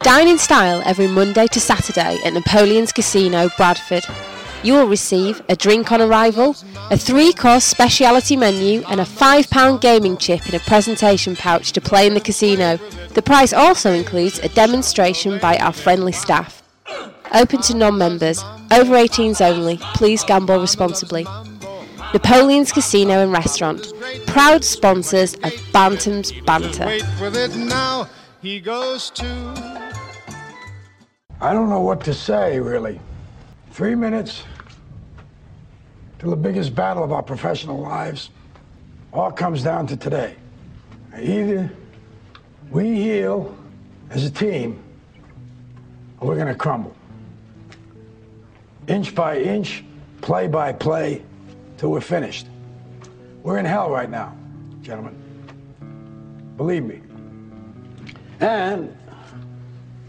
Dine in style every Monday to Saturday at Napoleon's Casino, Bradford. You will receive a drink on arrival, a three course speciality menu, and a £5 gaming chip in a presentation pouch to play in the casino. The price also includes a demonstration by our friendly staff. Open to non members, over 18s only, please gamble responsibly. Napoleon's Casino and Restaurant, proud sponsors of Bantam's Banter. Wait with it now. He goes to. I don't know what to say, really. Three minutes till the biggest battle of our professional lives all comes down to today. Either we heal as a team, or we're going to crumble. Inch by inch, play by play, till we're finished. We're in hell right now, gentlemen. Believe me. And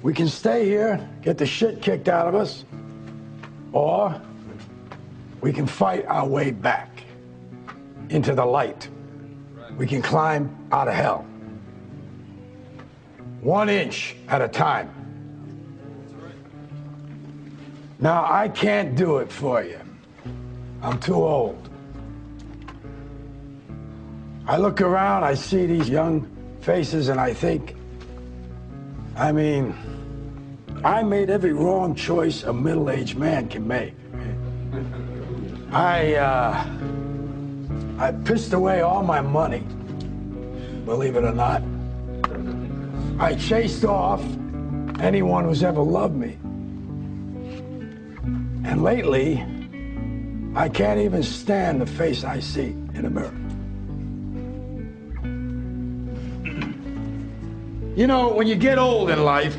we can stay here, get the shit kicked out of us, or we can fight our way back into the light. We can climb out of hell. One inch at a time. Now, I can't do it for you. I'm too old. I look around, I see these young faces, and I think, I mean, I made every wrong choice a middle aged man can make. I, uh, I pissed away all my money, believe it or not. I chased off anyone who's ever loved me. And lately, I can't even stand the face I see in a mirror. You know, when you get old in life,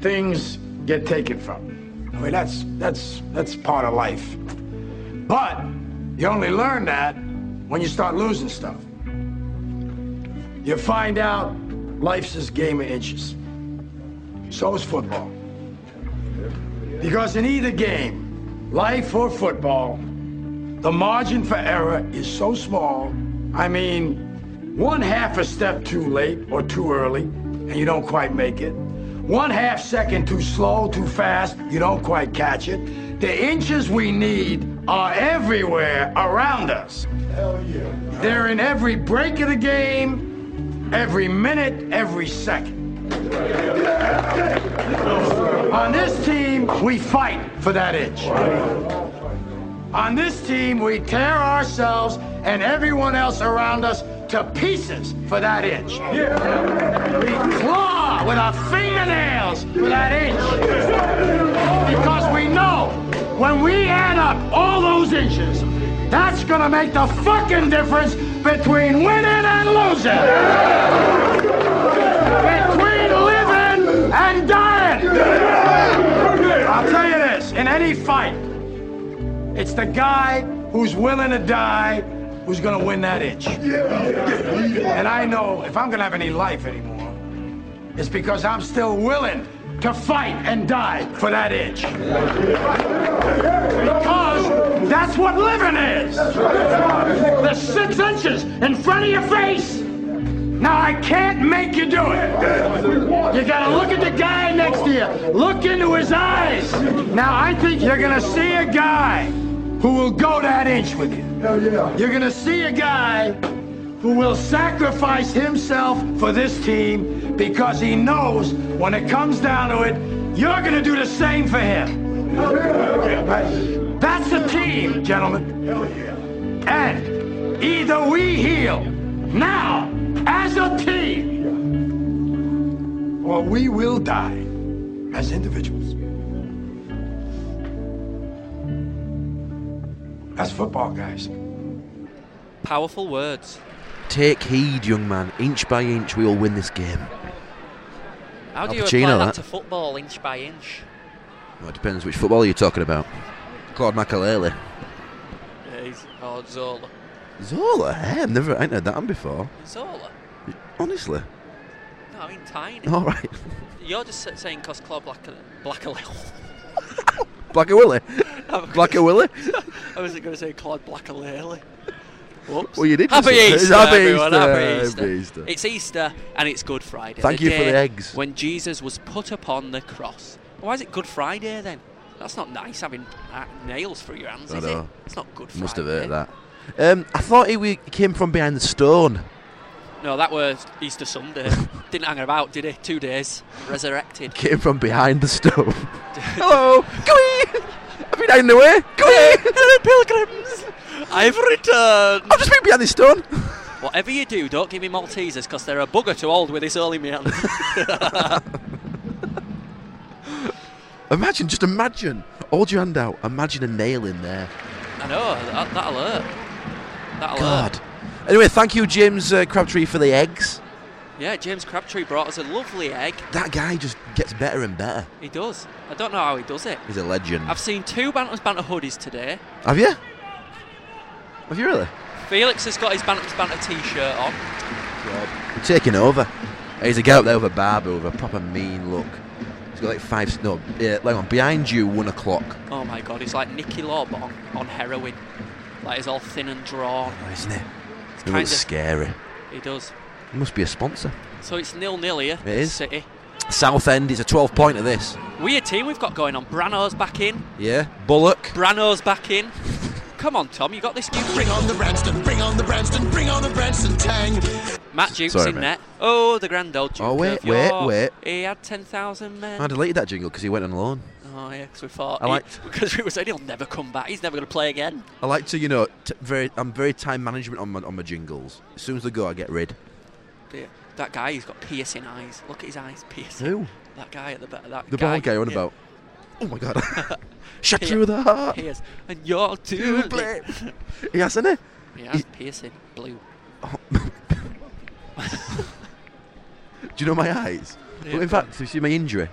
things get taken from. you. I mean, that's that's that's part of life. But you only learn that when you start losing stuff. You find out life's this game of inches. So is football. Because in either game, life or football, the margin for error is so small. I mean, one half a step too late or too early, and you don't quite make it. One half second too slow, too fast, you don't quite catch it. The inches we need are everywhere around us. They're in every break of the game, every minute, every second. On this team, we fight for that inch. On this team, we tear ourselves and everyone else around us to pieces for that inch. We claw with our fingernails for that inch. Because we know when we add up all those inches, that's gonna make the fucking difference between winning and losing. Between living and dying. I'll tell you this in any fight, it's the guy who's willing to die who's going to win that inch. And I know if I'm going to have any life anymore, it's because I'm still willing to fight and die for that inch. Because that's what living is. The six inches in front of your face. Now I can't make you do it. You gotta look at the guy next to you. Look into his eyes. Now I think you're gonna see a guy who will go that inch with you. You're gonna see a guy who will sacrifice himself for this team because he knows when it comes down to it, you're gonna do the same for him. That's the team, gentlemen. And either we heal now as a team, or we will die as individuals. That's football, guys. Powerful words. Take heed, young man. Inch by inch, we will win this game. How do Al you apply Pacino, that, that. to football inch by inch? Well, it depends which football you're talking about. Claude Makalele. Yeah, he's, oh, Zola. Zola, eh? I've never, I ain't heard that one before. Zola? Honestly. No, I mean tiny. All right. You're just sa- saying because Claude Black, Black Blacker Willie. Blacker Willie. I wasn't going to say Claude Blackalele. Whoops. Well, you did Happy just- Easter, Happy everyone. Easter, Happy Easter. happy Easter. It's Easter and it's Good Friday. Thank you for the day eggs. When Jesus was put upon the cross. Why is it Good Friday then? That's not nice having uh, nails through your hands, I is it? know. It's not Good Friday. Must have heard that. Um, I thought he we- came from behind the stone. No, that was Easter Sunday. Didn't hang about, did he? Two days. Resurrected. Came from behind the stone. Hello, go here. I've been hiding away. Go here, pilgrims. I've returned! I've just been behind the stone. Whatever you do, don't give me Maltesers because they're a bugger to hold with this early man. Imagine, just imagine. Hold your hand out. Imagine a nail in there. I know, that, that'll hurt. That'll God. hurt. Anyway, thank you, James uh, Crabtree, for the eggs. Yeah, James Crabtree brought us a lovely egg. That guy just gets better and better. He does. I don't know how he does it. He's a legend. I've seen two Bantams Banter hoodies today. Have you? Have you really? Felix has got his Bantams Banter t-shirt on. We're taking over. He's a guy up there with a barber with a proper mean look. He's got like five. No, yeah, hang on. Behind you, one o'clock. Oh my god, he's like Nicky Law but on, on heroin. Like he's all thin and drawn. Oh, isn't it? It kinda- looks scary. He does. He must be a sponsor. So it's nil-nil here. It is. City. Southend is a 12 point of this. Weird team we've got going on. Brano's back in. Yeah. Bullock. Brano's back in. Come on, Tom, you got this. You Bring on the Branston, bring on the Branston, bring on the Branston Tang. Matt Jukes Sorry, in mate. net. Oh, the grand old Duke Oh, wait, of York. wait, wait. He had 10,000 men. I deleted that jingle because he went on loan. oh, yeah, because we thought. I he- liked- Because we were saying he'll never come back. He's never going to play again. I like to, you know, t- very. I'm very time management on my on my jingles. As soon as they go, I get rid. Yeah. That guy, he's got piercing eyes. Look at his eyes, piercing. Who? That guy at the back. That The guy, bald guy on yeah. about. Oh my god! Shut He- through the heart. He is. And you're too You play. late. He hasn't it. He has piercing. Blue. Do you know my eyes? Yeah, Well, in go on. fact, you see my injury.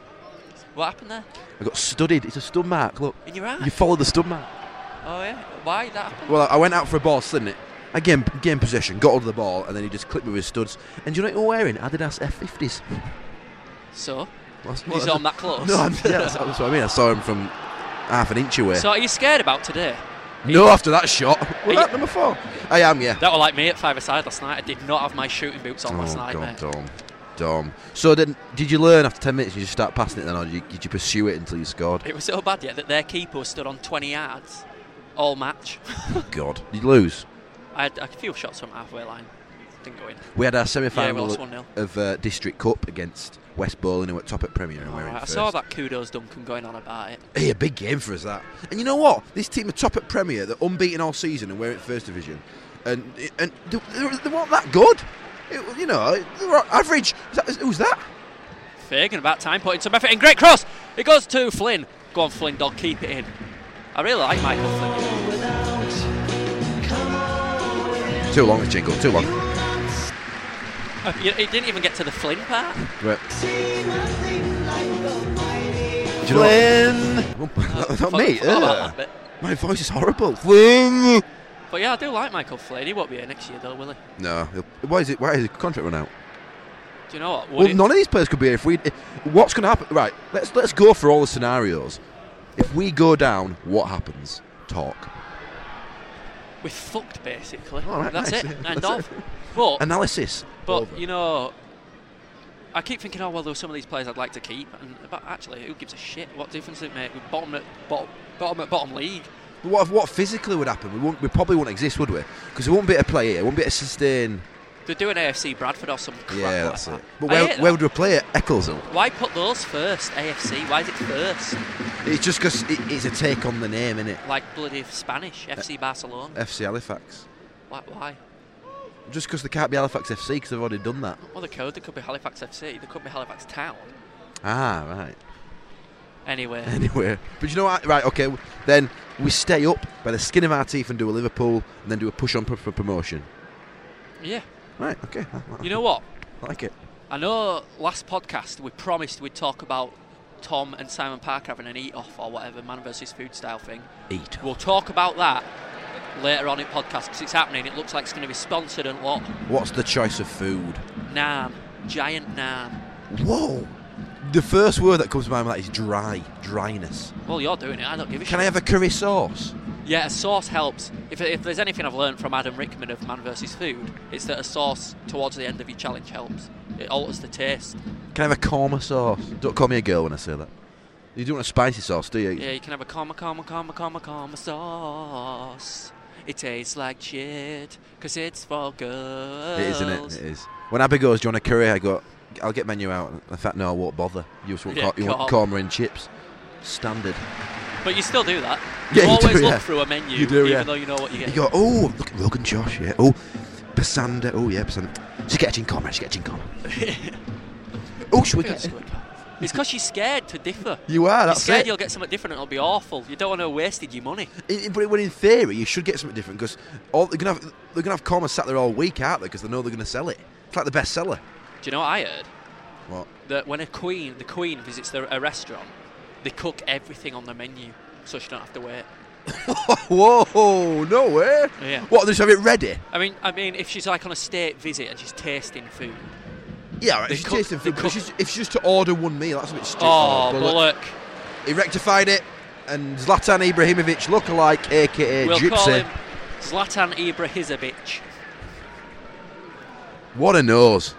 What happened there? I got studded. It's a stud mark. Look, In your eye? you follow the stud mark. oh, yeah. Why that happened? Well, I went out for a ball, didn't it? I gained, gained possession, got hold of the ball, and then he just clipped me with his studs. And do you know what he was wearing? Adidas F50s. So, That's- he's on that close. No, I'm, yeah, that's, that's what I mean. I saw him from half an inch away. so, are you scared about today? no, after that shot. you- Was that number four? I am, yeah. That were like me at five aside last night. I did not have my shooting boots on oh, last night, Dom, mate. Dom, Dom. So then, did you learn after 10 minutes you just start passing it then, or did you, did you pursue it until you scored? It was so bad yet that their keeper stood on 20 yards all match. God. Did you lose? I had a few shots from halfway line. Didn't go in. We had our semi-final lost 1-0. of uh, District Cup against West Bowling, who were top at Premier. And we're in Alright, I first. saw that kudos Duncan going on about it. Hey, a big game for us that. And you know what? This team are top at Premier. They're unbeaten all season, and we're in First Division. And and they, they- they weren't that good. It- you know, they were average. Is that, who's that? Fagan about time putting some effort in. Great cross! It goes to Flynn. Go on, Flynn, dog, keep it in. I really like Michael Flynn. Too long, this jingle. Too long. Uh, you- It didn't even get to the Flynn part. Right. Do you know what? Fuck- not me. fuck all uh, that bit. my voice is horrible. Flynn. But yeah, I do like Michael Flynn. He won't be here next year, though, will he? No. he'll- Why is it? Why is his contract run out? Do you know what? Would Well, it- none of these players could be here. If we, if- what's going to happen? Right, let's let's go for all the scenarios. If we go down, what happens? Talk We're fucked, basically. All right, That's nice. it. That's End of. it. But analysis. But Over. you know, I keep thinking, oh well, there's some of these players I'd like to keep, and but actually, who gives a shit? What difference does it make? We're bottom at bottom, bottom at bottom league. But what what physically would happen? We won't, we probably won't exist, would we? Because we won't be able to play here. We won't be able to sustain. They're doing AFC Bradford or some crap. yeah, like that's that. it. But I where, hate that. where would we play it? Ecclesall. Why put those first? AFC. Why is it first? It's just because it, it's a take on the name, innit? Like bloody Spanish FC Barcelona. FC Halifax. Why? why? Just because they can't be Halifax FC because they've already done that. Well, the code. There could be Halifax FC. There could be Halifax Town. Ah, right. Anyway, Anyway, but you know what? Right, okay. Then we stay up by the skin of our teeth and do a Liverpool, and then do a push on for, for promotion. yeah. Right, okay. I, I You know what? like it. I know last podcast we promised we'd talk about Tom and Simon Parker having an eat off or whatever, man versus food style thing. Eat. We'll talk about that later on in podcast because it's happening. It looks like it's going to be sponsored and what? What's the choice of food? Naan, giant naan. Whoa! The first word that comes to my mind is dry, dryness. Well, you're doing it. I don't give a Can I shit. have a curry sauce? Yeah, a sauce helps. If, if there's anything I've learned from Adam Rickman of Man vs. Food, it's that a sauce towards the end of your challenge helps. It alters the taste. Can I have a korma sauce? Don't call me a girl when I say that. You don't want a spicy sauce, do you? Yeah, you can have a comma, comma, comma, comma, comma sauce. It tastes like shit, because it's for girls. It is, isn't it? It is. When Abby goes, do you want a curry? I go, I'll get menu out. In fact, no, I won't bother. You just want, Yeah, cor- you want cor- korma and chips. Standard. But you still do that. Yeah, you you do, always look yeah. through a menu, You do, even yeah. though you know what you're You getting. go, oh, look at Rogan Josh, yeah. Oh, Basanda. Oh, yeah, Basanda. Just get a gin korma, just get a gin korma. oh, should we It's get... because you're scared to differ. You are, You're that's scared it. you'll get something different and it'll be awful. You don't want to have wasted your money. In, in- but when in theory, you should get something different because they're gonna have they're gonna have Corma sat there all week, aren't they? Because they know they're gonna sell it. It's like the best seller. Do you know what I heard? What? That when a queen, the queen visits the, a restaurant, they cook everything on the menu so she don't have to wait. Whoa! No way. Yeah. What? They just have it ready. I mean, I mean, if she's like on a state visit and she's tasting food. Yeah. all Right, They she's cook- tasting they food. but cook- she's- if she's just to order one meal, that's a bit stupid. Oh, But but look, look, he rectified it, and Zlatan Ibrahimovic lookalike, aka we'll Gypsy. call him Zlatan Ibrahimovic. What a nose!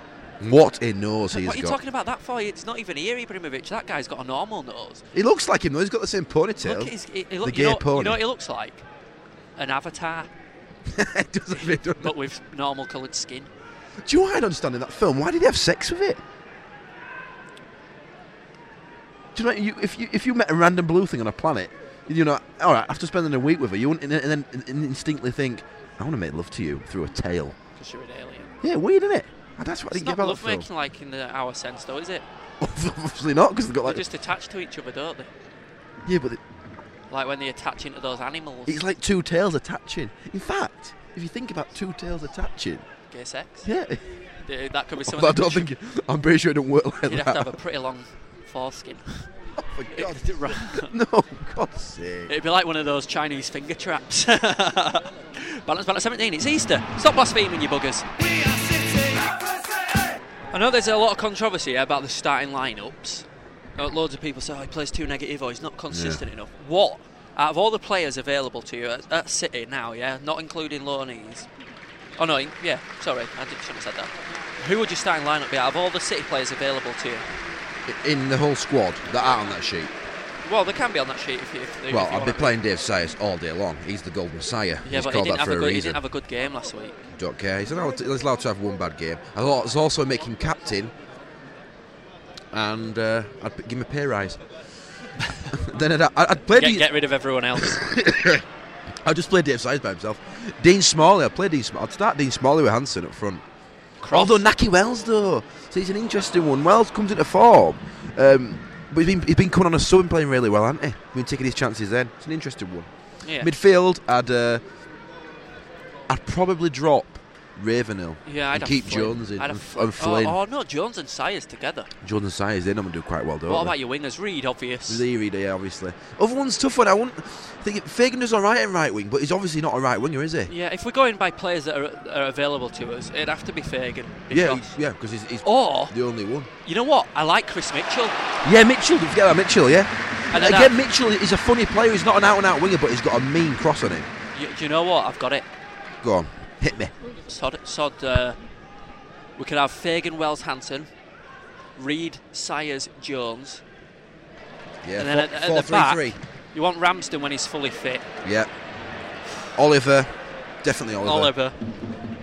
What a nose he's What are you got. talking about that for? It's not even here, Ibrahimovic. That guy's got a normal nose. He looks like him though. He's got the same ponytail. Look at his. He, he look, the you, gay know, you pony. know what he looks like? An avatar, It doesn't really- Do but with normal coloured skin. you know what I don't understand in that film? Why did he have sex with it? Do you know you, if you if you met a random blue thing on a planet, you know, all right, after spending a week with her, you wouldn't and then and then instinctively think, I want to make love to you through a tail. Because you're an alien. Yeah, weird, isn't it? And Ah, that's what I It's didn't get not about that love film. making like in the our sense, though, is it? Obviously not, because they've got They're like just attached to each other, don't they? yeah, but Like when they attach into those animals. it's like two tails attaching. In fact, if you think about two tails attaching, gay sex. yeah, Th- That could be something. But I don't think I'm pretty sure it don't work like you'd that. have to have a pretty long foreskin. Oh, for God's It- right. No, God's sake. It'd be like one of those Chinese finger traps. balance, balance 17. It's Easter. Stop blaspheming, you buggers. I know there's a lot of controversy about the starting lineups. Uh, Loads of people say, oh, he plays too negative or he's not consistent enough. What? Out of all the players available to you at, at City now, yeah, not including Loneys. Oh, no, in- yeah, sorry, I did- shouldn't have said that. Who would your starting lineup be out of all the City players available to you? In the whole squad that are on that sheet, Well, they can be on that sheet if you. If, if well, you I've want been to- playing Dave Sayers all day long. He's the Golden Messiah. Yeah, He's but he called didn't, have that for a a good, he reason. didn't have a good game last week. Don't care. He's allowed, to, he's allowed to have one bad game. I thought it's also make him captain, and uh, I'd p- give him a pay rise. then I'd, I'd play. Get, Dean- get rid of everyone else. I'd just play Dave Sayers by himself. Dean Smalley. I'd play Dean. Sm- I'd start Dean Smalley with Hanson up front. Cross. Although Naki Wells, though, so he's an interesting one. Wells comes into form, um, but he's been, he's been coming on a sub and playing really well, hasn't he? He's been taking his chances then. It's an interesting one. yeah. Midfield, I'd uh, I'd probably drop Ravenhill yeah, I'd and have keep Flynn. Jones in I'd and, have F- and Flynn. Oh, oh, no, Jones and Sayers together. Jones and Sayers, they normally do quite well, don't what they? about your wingers? Reed, obvious. Leary, yeah, obviously. Other one's tough one. I wouldn't think Fagan does all right in right wing, but he's obviously not a right winger, is he? yeah, if we're going by players that are, are available to us, it'd have to be Fagan. Yeah, because- he's- yeah, because he's, he's Or the only one. you know what? I like Chris Mitchell. Yeah, Mitchell. Don't forget about Mitchell. Yeah. And then again, that- Mitchell is a funny player. He's not an out-and-out winger, but he's got a mean cross on him. You, you know what? I've got it. Go on, hit me. Sod, sod. Uh, we could have Fagan, Wells, Hanson, Reed, Sayers, Jones, Yeah. and then at, at four, the three, back, three. you want Ramsden when he's fully fit. Yeah. Oliver, definitely Oliver. Oliver.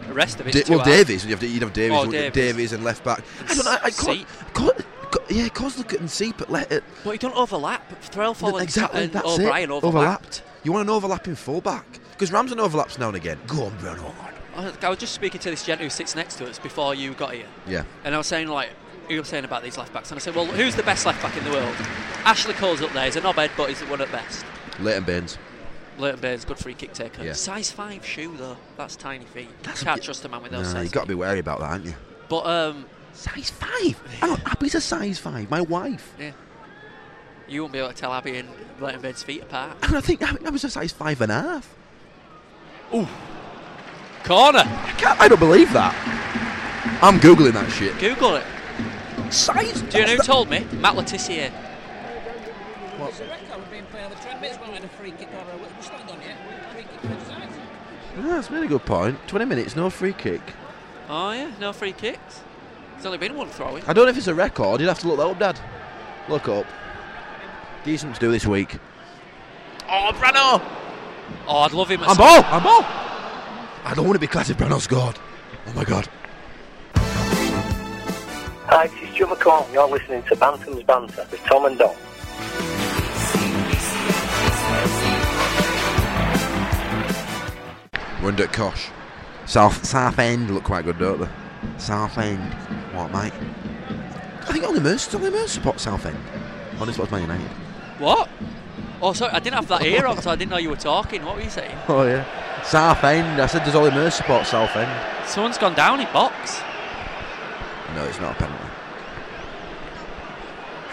The rest of it's Da- too well, hard. Davies. You'd have, you'd have Davies. Oh, wouldn't you? Davies. Davies and left back. I don't know. I Seep. can't, can't, can't, yeah, Kozlik and Seep at left. But you don't overlap. Threlfall and, Exactly. and that's O'Brien it. overlapped. You want an overlapping fullback because Ramsden overlaps now and again. Go on, Brown. Go on. I- I was just speaking to this gent who sits next to us before you got here, Yeah. and I was saying like, you were saying about these left backs, and I said, well, who's the best left back in the world? Ashley Cole's up there. He's a knobhead, but he's the one at best. Leighton Baines. Leighton Baines, good free kick taker. Yeah. Size five shoe though. That's tiny feet. Can't trust a man with those Nah, size. you've got to be wary about that, aren't you? But um, Size five. Hang on, Abby's a size five. My wife. yeah, you won't be able to tell Abby and Leighton Baines' feet apart. And I think I was a size five and a half. Corner. I, can't, I don't believe that. I'm googling that shit. Google it. Size. Do you know who that's told me? Matt Letitia. the- What? Yeah, that's a really good point. 20 minutes, no free kick. Oh yeah, no free kicks. There's only been one throwing. I don't know if it's a record. You'd have to look that up, Dad. Look up. Decent to do this week. Oh, Brano! Oh, I'd love him. At I'm some- ball! I'm ball! I don't want to be classed if Brano scored. Oh my god. Hi, this is Joe McCall. You're listening to Bantam's Banter with Tom and Don. Run at Kosh. South South End look quite good, don't they? South End. What, mate? I think only Mercer, only Mercer support South End. Only supports Man United. What? Oh, sorry, I didn't have that ear on, so I didn't know you were talking. What were you saying? Oh, yeah. South End. I said does only Mercer support South End. Someone's gone down in box. No, it's not a penalty.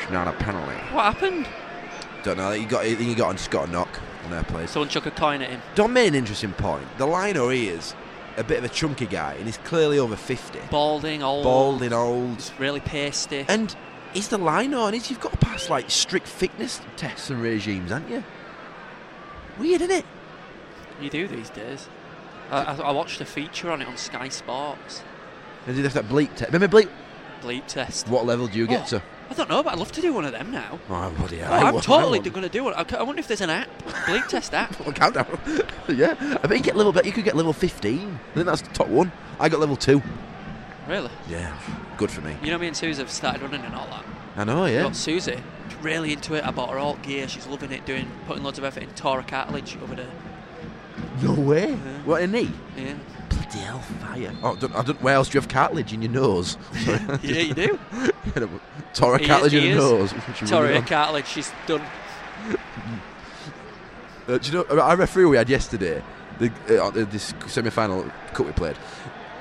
It's not a penalty. What happened? Don't know. You got, I think you got on just got a knock on their place. Someone chuck a coin at him. Don made an interesting point. The liner he is a bit of a chunky guy, and he's clearly over 50. Balding, old, Balding old. really pasty. And he's the liner, and he's, you've got to pass like strict fitness tests and regimes, aren't you? Weird, isn't it? You do these days. I, I, I watched a feature on it on Sky Sports. And did that bleep test. Remember bleep? Bleep test. What level do you get Oh, to? I don't know, but I'd love to do one of them now. Oh, bloody hell. Oh, I'm want- totally want- going to do one. I c- I wonder if there's an app. Bleep test app. Well, countdown. yeah, I bet you get level. Bet you could get level 15. I think that's the top one. I got level two. Really? Yeah, good for me. You know, me and Susie have started running and all that. I know. Yeah. Got Susie really into it. I bought her alt gear. She's loving it, doing putting loads of effort in. Tore her cartilage over there. No way. What a knee. Yeah, Bloody hell, fire. Oh, I don't, I don't, where else do you have cartilage in your nose? yeah, yeah, you do. Tore a Ears- cartilage in your ears. nose. which is Tore really her wrong. cartilage. She's done. Uh, do you know, our referee we had yesterday, the, uh, uh, this semi final cup we played,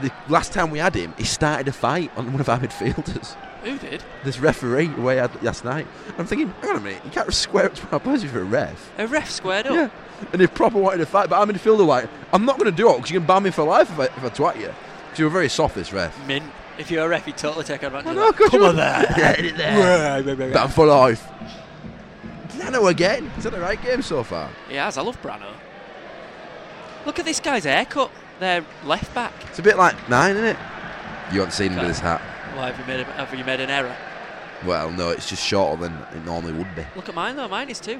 the last time we had him, he started a fight on one of our midfielders. Who did? This referee we had last night. I'm thinking, hang on a minute, you can't square up to our players if you're a ref. A ref squared up. Yeah. And they proper wanted to fight, but our midfielder were like, I'm not going to do it because you can ban me for life if I, if I twat you. Because you were very soft, this ref. Mint. If you're a ref, you totally take advantage I of know, that. 'cause Come you- on there. Yeah, hit it there. Ban for life. Nano again. Is that the right game so far? He has. I love Brano. Look at this guy's haircut. Their left back. It's a bit like nine, isn't it? You haven't seen him with Okay. his hat. Why have you made? A, have you made an error? Well, no, it's just shorter than it normally would be. Look at mine though. Mine is too.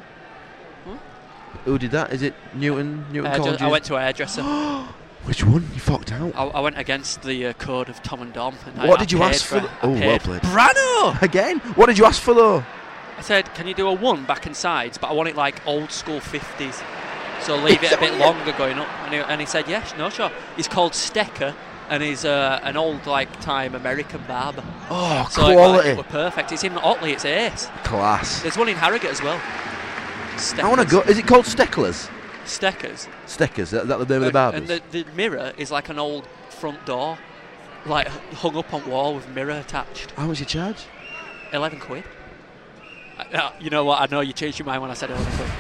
Who did that? Is it Newton? Newton Hairdre- Collins? Uh, I went to a hairdresser. I, Which one? You fucked out. I went against the uh, code of Tom and Dom. And I- What I did you paid ask for it. the- I Oh, well paid. played. Brano. Again? What did you ask for though? I said, can you do a one back and sides? But I want it like old school 50s. So leave it a bit longer going up. And he, and he said, yes, no, sure. He's called Stecker and he's uh, an old like time American barber. Oh, So it- quality. It, were perfect. It's in Otley, it's Ace. Class. There's one in Harrogate as well. Steckers. I want to go. Is it called Stecklers? Steckers. Steckers? That, that the name of the And- barbers? and the, the mirror is like an old front door, like hung up on wall with mirror attached. How much you charge? 11 quid. I- uh, you know what? I know you changed your mind when I said 11 quid.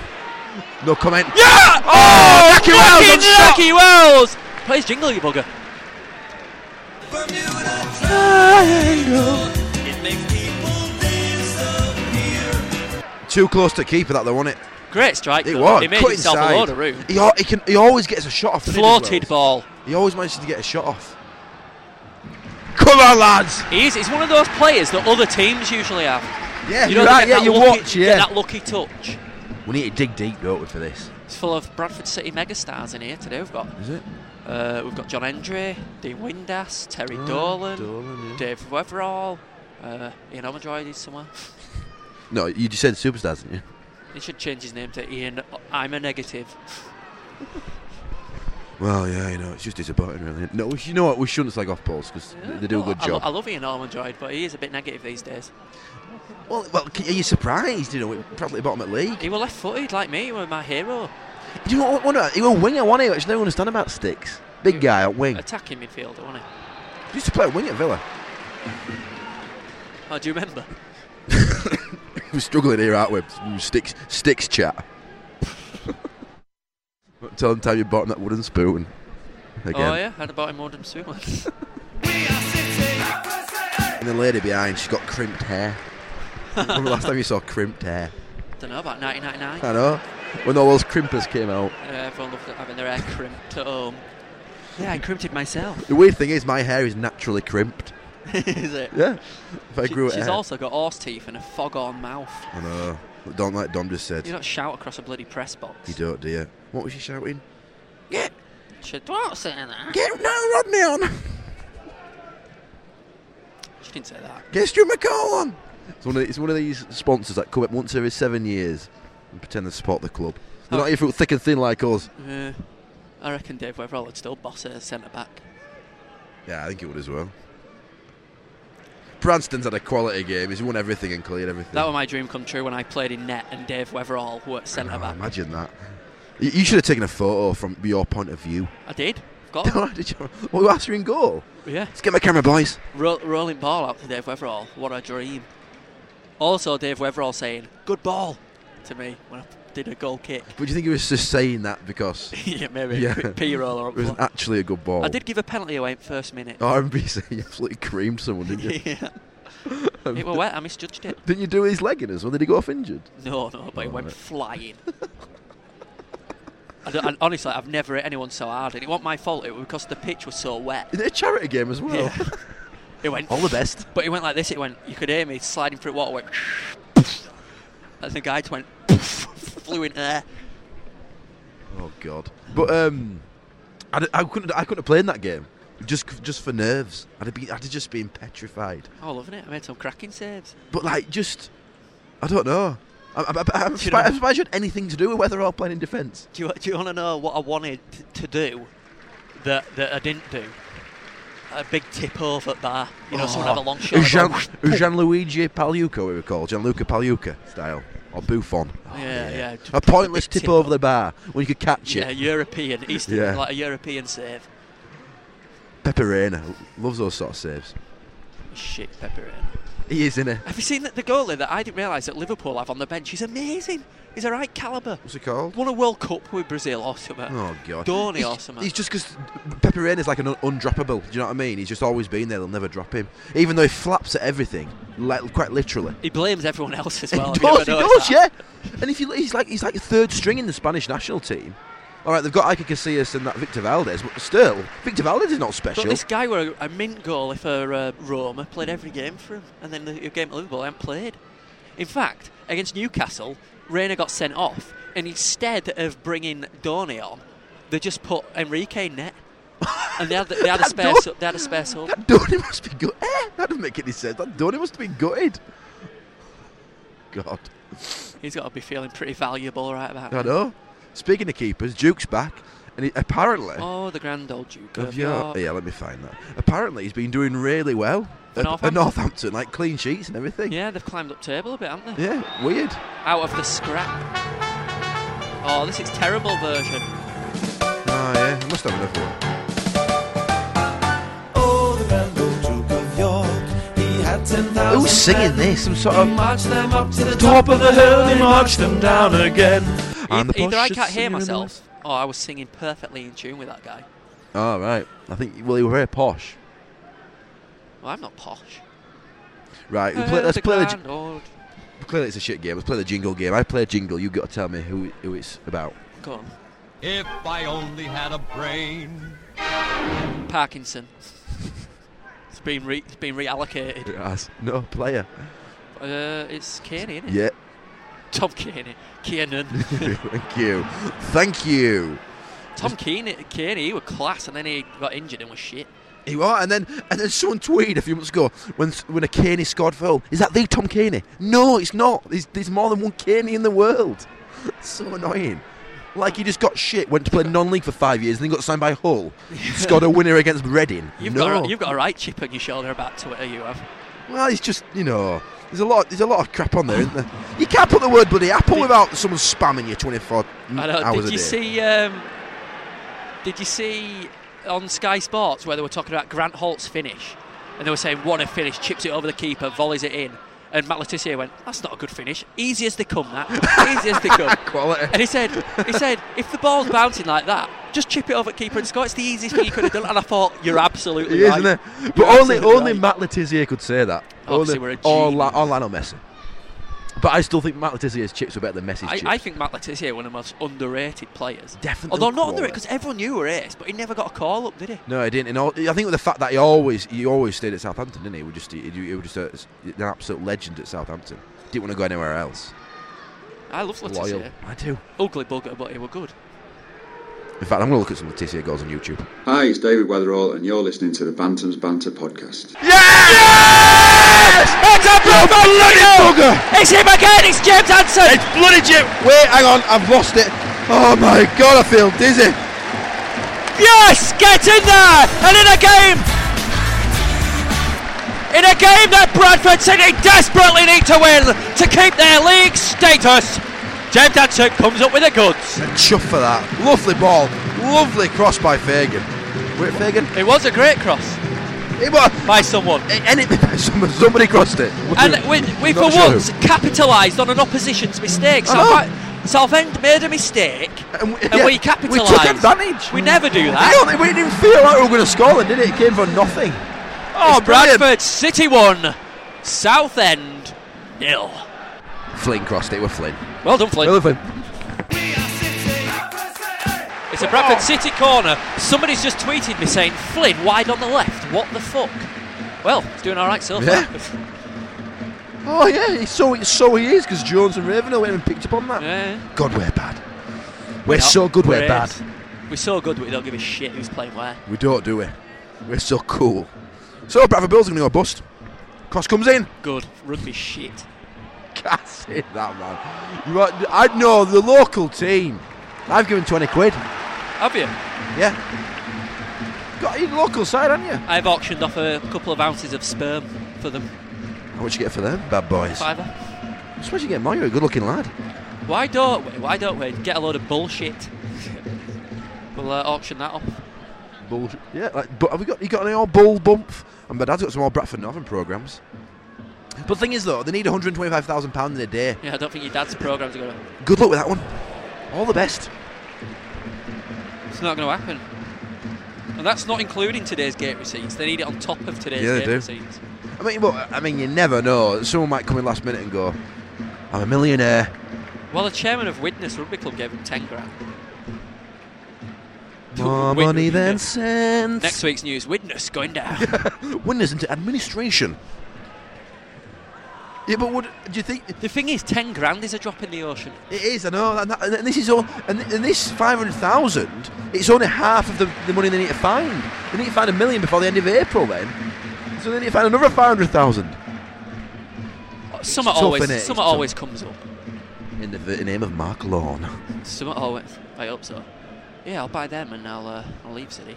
No comment. Yeah! Oh, Jackie Wells on Fucking shot. Jackie Wells! Plays jingle, you bugger. Too close to keeper, that though, wasn't it? Great strike. It though. was. He made Cut himself inside. a load of room. He, al- he can. He always gets a shot off. doesn't he, as Floated well? ball. He always manages to get a shot off. Come on, lads. He's, he's one of those players that other teams usually have. Yeah, you you know, are they right. get Yeah, that you lucky, watch. get Yeah. that lucky touch. We need to dig deep, don't we, for this? It's full of Bradford City megastars in here today. We've got Is it? uh, we've got John Endre, Dean Windass, Terry Oh, Dolan, Dolan, yeah. Dave Weatherall, uh, Ian Omadroyd is somewhere. No, you just said superstars, didn't you? He should change his name to Ian. I'm a negative. Well, yeah, you know, it's just disappointing, really. No, we, sh- you know what? We shouldn't slag off Pauls because they do a Well, good Oh, I, lo- job. I love Ian Ormondroyd, but he is a bit negative these days. well, well, c- are you surprised? You know, we're probably bottom at league. He was left-footed like me. He was my hero. Do you know what? I wonder? He was a winger, wasn't he? Which I don't understand about sticks. Big guy at wing. Attacking midfielder, wasn't he? Used to play at wing at Villa. Oh, do you remember? We're struggling here, aren't we? Mm, Sticks, sticks chat. Tell them time you bought that wooden spoon. Again. Oh yeah, had about him more than swim once. And the lady behind, she's got crimped hair. Remember last time you saw crimped hair? don't know, about 1999. I know. When all those crimpers came out. Uh, everyone loved having their hair crimped at home. Yeah, I crimped it myself. The weird thing is, my hair is naturally crimped. Is it? Yeah. If I She- grew it she's out. also got horse teeth and a foghorn mouth. I know. But Don't like Dom just said. You You, don't shout across a bloody press box. don't, do you? What was she shouting? Get, She don't say that. get now Rodney on! She didn't say that. Get Stu McCall on! It's one, of, it's one of these sponsors that come up once every seven years and pretend they support the club. They're Oh. not here for thick and thin like us. Uh, I reckon Dave Weatherall would still boss a centre back. Yeah, I think it would as well. Branston's had a quality game. He's won everything and cleared everything. That was my dream come true when I played in net and Dave Weatherall were at centre Oh, back. imagine that. You, you should have taken a photo from your point of view. I did. Got him. Did you? Well, that's you in goal. yeah. Let's get my camera, boys. Ro- rolling ball out to Dave Weatherall. What a dream. Also, Dave Weatherall saying, good ball to me when I did a goal kick. But do you think he was just saying that because yeah, maybe Yeah. a quick P roller it up. was front. actually a good ball? I did give a penalty away in first minute. Oh, I remember you saying you absolutely creamed someone, didn't you? yeah. it were wet. I misjudged it. Didn't you do his leg in as well? Did he go off injured? No, no, but it went Alright. flying. I don't- I- honestly, I've never hit anyone so hard, and it wasn't my fault. It was because the pitch was so wet. He did a charity game as well. Yeah. It went. All the best. But it went like this. It went. You could hear me sliding through water. Went. and the guy just went. flew in air. Oh God. But um, I, d- I couldn't I couldn't have played in that game just c- just for nerves. I'd have been I'd have just been petrified. Oh, loving it. I made some cracking saves. But like just I don't know. I, I, I, Do I'm you surprised- know- I'm surprised you had anything to do with whether or playing in defence. Do you, do you want to know what I wanted t- to do that that I didn't do? A big tip over at bar. You know, someone had a Oh, long shot. and Jean, go, Luigi Pagliuca, we were called Gianluca Pagliuca style or Buffon. Oh, Yeah, yeah, just A pointless a big tip, tip over the bar when you could catch yeah, it. European, Eastern, Yeah. like a European save. Pepe Reina loves those sort of saves. Shit, Pepper. He is in a Have you seen that the goalie that I didn't realise that Liverpool have on the bench? He's amazing. He's a right calibre. what's it called? Won a World Cup with Brazil or something. Oh god, Dorney he's, or something. He's just because Pepe Reina is like an un- undroppable. Do you know what I mean? He's just always been there. They'll never drop him, even though he flaps at everything, like quite literally. He blames everyone else as well. he have you does, ever he noticed does, that? yeah. And if you, look, he's like he's like third string in the Spanish national team. All right, they've got Iker Casillas and that Victor Valdez, but still, Victor Valdez is not But special. this guy were a, a mint goalie for uh, Roma, played every game for him, and then the game at Liverpool, I haven't played. In fact, against Newcastle, Reina got sent off, and instead of bringing Donny on, they just put Enrique in net. And they had, the, they had a That spare Don- sub. They had a spare sub. That Donny must be gutted. Eh, that doesn't make any sense. That Donny must have been gutted. God, He's got to be feeling pretty valuable right about I now. know. Speaking of keepers, Duke's back, and he, apparently, Oh, the grand old Duke of Of York. York. Yeah, let me find that. Apparently, he's been doing really well For at, Northampton? at Northampton, like clean sheets and everything. Yeah, they've climbed up table a bit, haven't they? Yeah, weird. Out of the scrap. Oh, this is terrible version. Oh, yeah, he must have another one. Oh, the grand old Duke of York, he had 10,000 Who's singing men. this? Some sort He of. marched them up to the top of the hill, he marched them down again. And the E- Either I posh can't hear singer in the myself, or I was singing perfectly in tune with that guy. Oh, right. I think, well, he was very posh. Well, I'm not posh. Right, we play, let's the play the. grand old- ji- Clearly, it's a shit game. Let's play the jingle game. I play a jingle. You've got to tell me who, who it's about. Go on. If I only had a brain. Parkinson. it's been re- it's been reallocated. It has. No, player. Uh, it's Kearney, isn't it? Yeah. Tom Kearney. Kiernan. Thank you. Thank you. Tom Kearney, Kearney, he was class, and then he got injured and was shit. You are, and then and then someone tweeted a few months ago when when a Caney scored for Hull. Is that the Tom Caney? No, it's not. There's, there's more than one Caney in the world. so annoying. Like he just got shit, went to play non-league for five years, and then got signed by Hull. scored a winner against Reading. You've no, got a, you've got a right chip on your shoulder about Twitter. You have. well, it's just you know. There's a lot. There's a lot of crap on there, isn't there? You can't put the word bloody apple without someone spamming you 24 I know. did hours a you day. see? Um, did you see on Sky Sports where they were talking about Grant Holt's finish, and they were saying what a finish, chips it over the keeper, volleys it in, and Matt Letizia went, "That's not a good finish. Easy as they come, that. Easy as they come." Quality. And he said, "He said if the ball's bouncing like that, just chip it over at keeper and score. It's the easiest thing you could have done." And I thought, "You're absolutely He is, right." isn't he? You're But only absolutely only right. Matt Letizia could say that. Obviously only, we're a or, genius. La- or Lionel Messi. But I still think Matt Letizier's chips were better than Messi's I, chips. I think Matt Letizia one of the most underrated players. Definitely Although not call underrated up. because everyone knew he were ace, but he never got a call up, did he? no, I didn't. And all, I think with the fact that he always he always stayed at Southampton, didn't he? He was just he, he was just a, an absolute legend at Southampton. Didn't want to go anywhere else. I love Loyal. Letizia. I do. Ugly bugger, but he were good. In fact, I'm going to look at some Letizia goals on YouTube. Hi, it's David Weatherall, and you're listening to the Bantams Banter podcast. Yes! It's a bloody bugger! It's him again! It's James Hansen! It's bloody Jim. Wait, hang on, I've lost it. Oh my god, I feel dizzy. Yes! Get in there! And in a game! In a game that Bradford City desperately need to win to keep their league status, James Hansen comes up with the goods. Chuff for that. Lovely ball. Lovely cross by Fagan. Wait, Fagan? It was a great cross It was. by someone. And it, somebody, somebody crossed it. And we, we for Not sure once, capitalised on an opposition's mistake. I know. South, Southend made a mistake, And we- and yeah, we we took capitalised. advantage. We never do I that. don't think we didn't feel like we were going to score then, did it? It came from nothing. Oh, It's brilliant. Bradford City won, Southend nil. Flynn crossed it with Flynn. Well done, Flynn. Well, Flynn. It's a Bradford City corner. Somebody's just tweeted me saying Flynn wide on the left. What the fuck? Well, he's doing all right so far. Yeah. Oh yeah, he- so so he is because Jones and Ravenel went and picked up on that. Yeah. God, we're bad. We're Not so good, we're great. bad. We're so good, we don't give a shit who's playing where. We don't, do we? We're so cool. So Bradford Bill's going to go bust. Cross comes in. Good rugby shit. Can't say that, man. You are, I know the local team. I've given 20 quid. Have you? Yeah. Got your local side, haven't you? I've auctioned off a couple of ounces of sperm for them. How much Oh, you get for them, bad boys? I Fiver. suppose you get more. You're a good-looking lad. Why don't we? Why don't we get a load of bullshit? we'll uh, auction that off. Bullshit. Yeah. Like, but have we got? You got any old bull bump? And my dad's got some old Bradford Northern programs. But the thing is, though, they need 125,000 pounds in a day. Yeah, I don't think your dad's program's gonna. Good luck with that one. All the best. It's not gonna happen. And that's not including today's gate receipts. They need it on top of today's Yeah, they gate do. receipts. I mean, but I mean, you never know. Someone might come in last minute and go, "I'm a millionaire." Well, the chairman of Widnes Rugby Club gave him ten grand. More Wait, money yeah. than sense. Next week's news: Widnes going down. Winners into administration. Yeah, but would do you think the thing is, ten grand is a drop in the ocean. it is? I know, and, that, and this is all, and, th- and this five hundred thousand. It's only half of the, the money they need to find. They need to find a million before the end of April. Then, so they need to find another five hundred thousand. Summer tough, always, innit? It's summer tough. always comes up. In the v- name of Mark Lawn, Summer always. I hope so. Yeah, I'll buy them and I'll, uh, I'll leave City.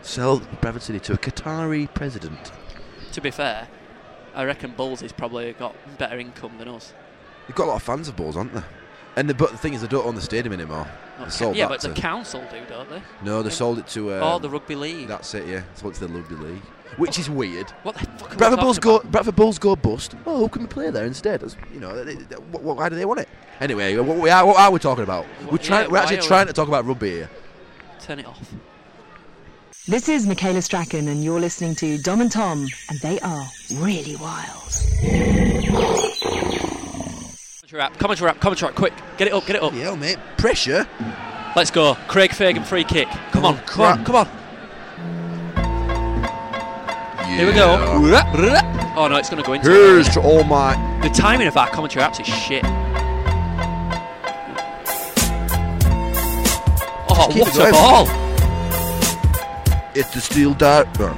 sell Bradford City to a Qatari president. To be fair, I reckon Bulls has probably got better income than us. They've got a lot of fans of Bulls, aren't they? And the, but the thing is, they don't own the stadium anymore. Not They ca- sold yeah, but that the to- council do, don't they? no, they sold it to. Um, or the rugby league. That's it, yeah. Sold it to the rugby league, which is weird. What the fuck? are we Bradford Bulls talking go. Bradford Bulls go bust. Oh, who can we play there instead? That's, you know, they- they- wh- wh- why do they want it? Anyway, what, we are, what are we talking about? We're Wha- trying. yeah, we're actually why are we- trying to talk about rugby here. about? Turn it off. This is Michaela Strachan, and you're listening to Dom and Tom, and they are really wild. Commentary wrap, commentary wrap, commentary wrap, quick. Get it up, get it up. Yeah, mate. Pressure. Let's go. Craig Fagan free kick. Come Oh, on, come on, crap. come on. Here we go. Rup, rup. Oh no, it's going to go into Here's to all my. The timing of our commentary apps is shit. Oh, keep what it a going. ball! It's the steel dart. no.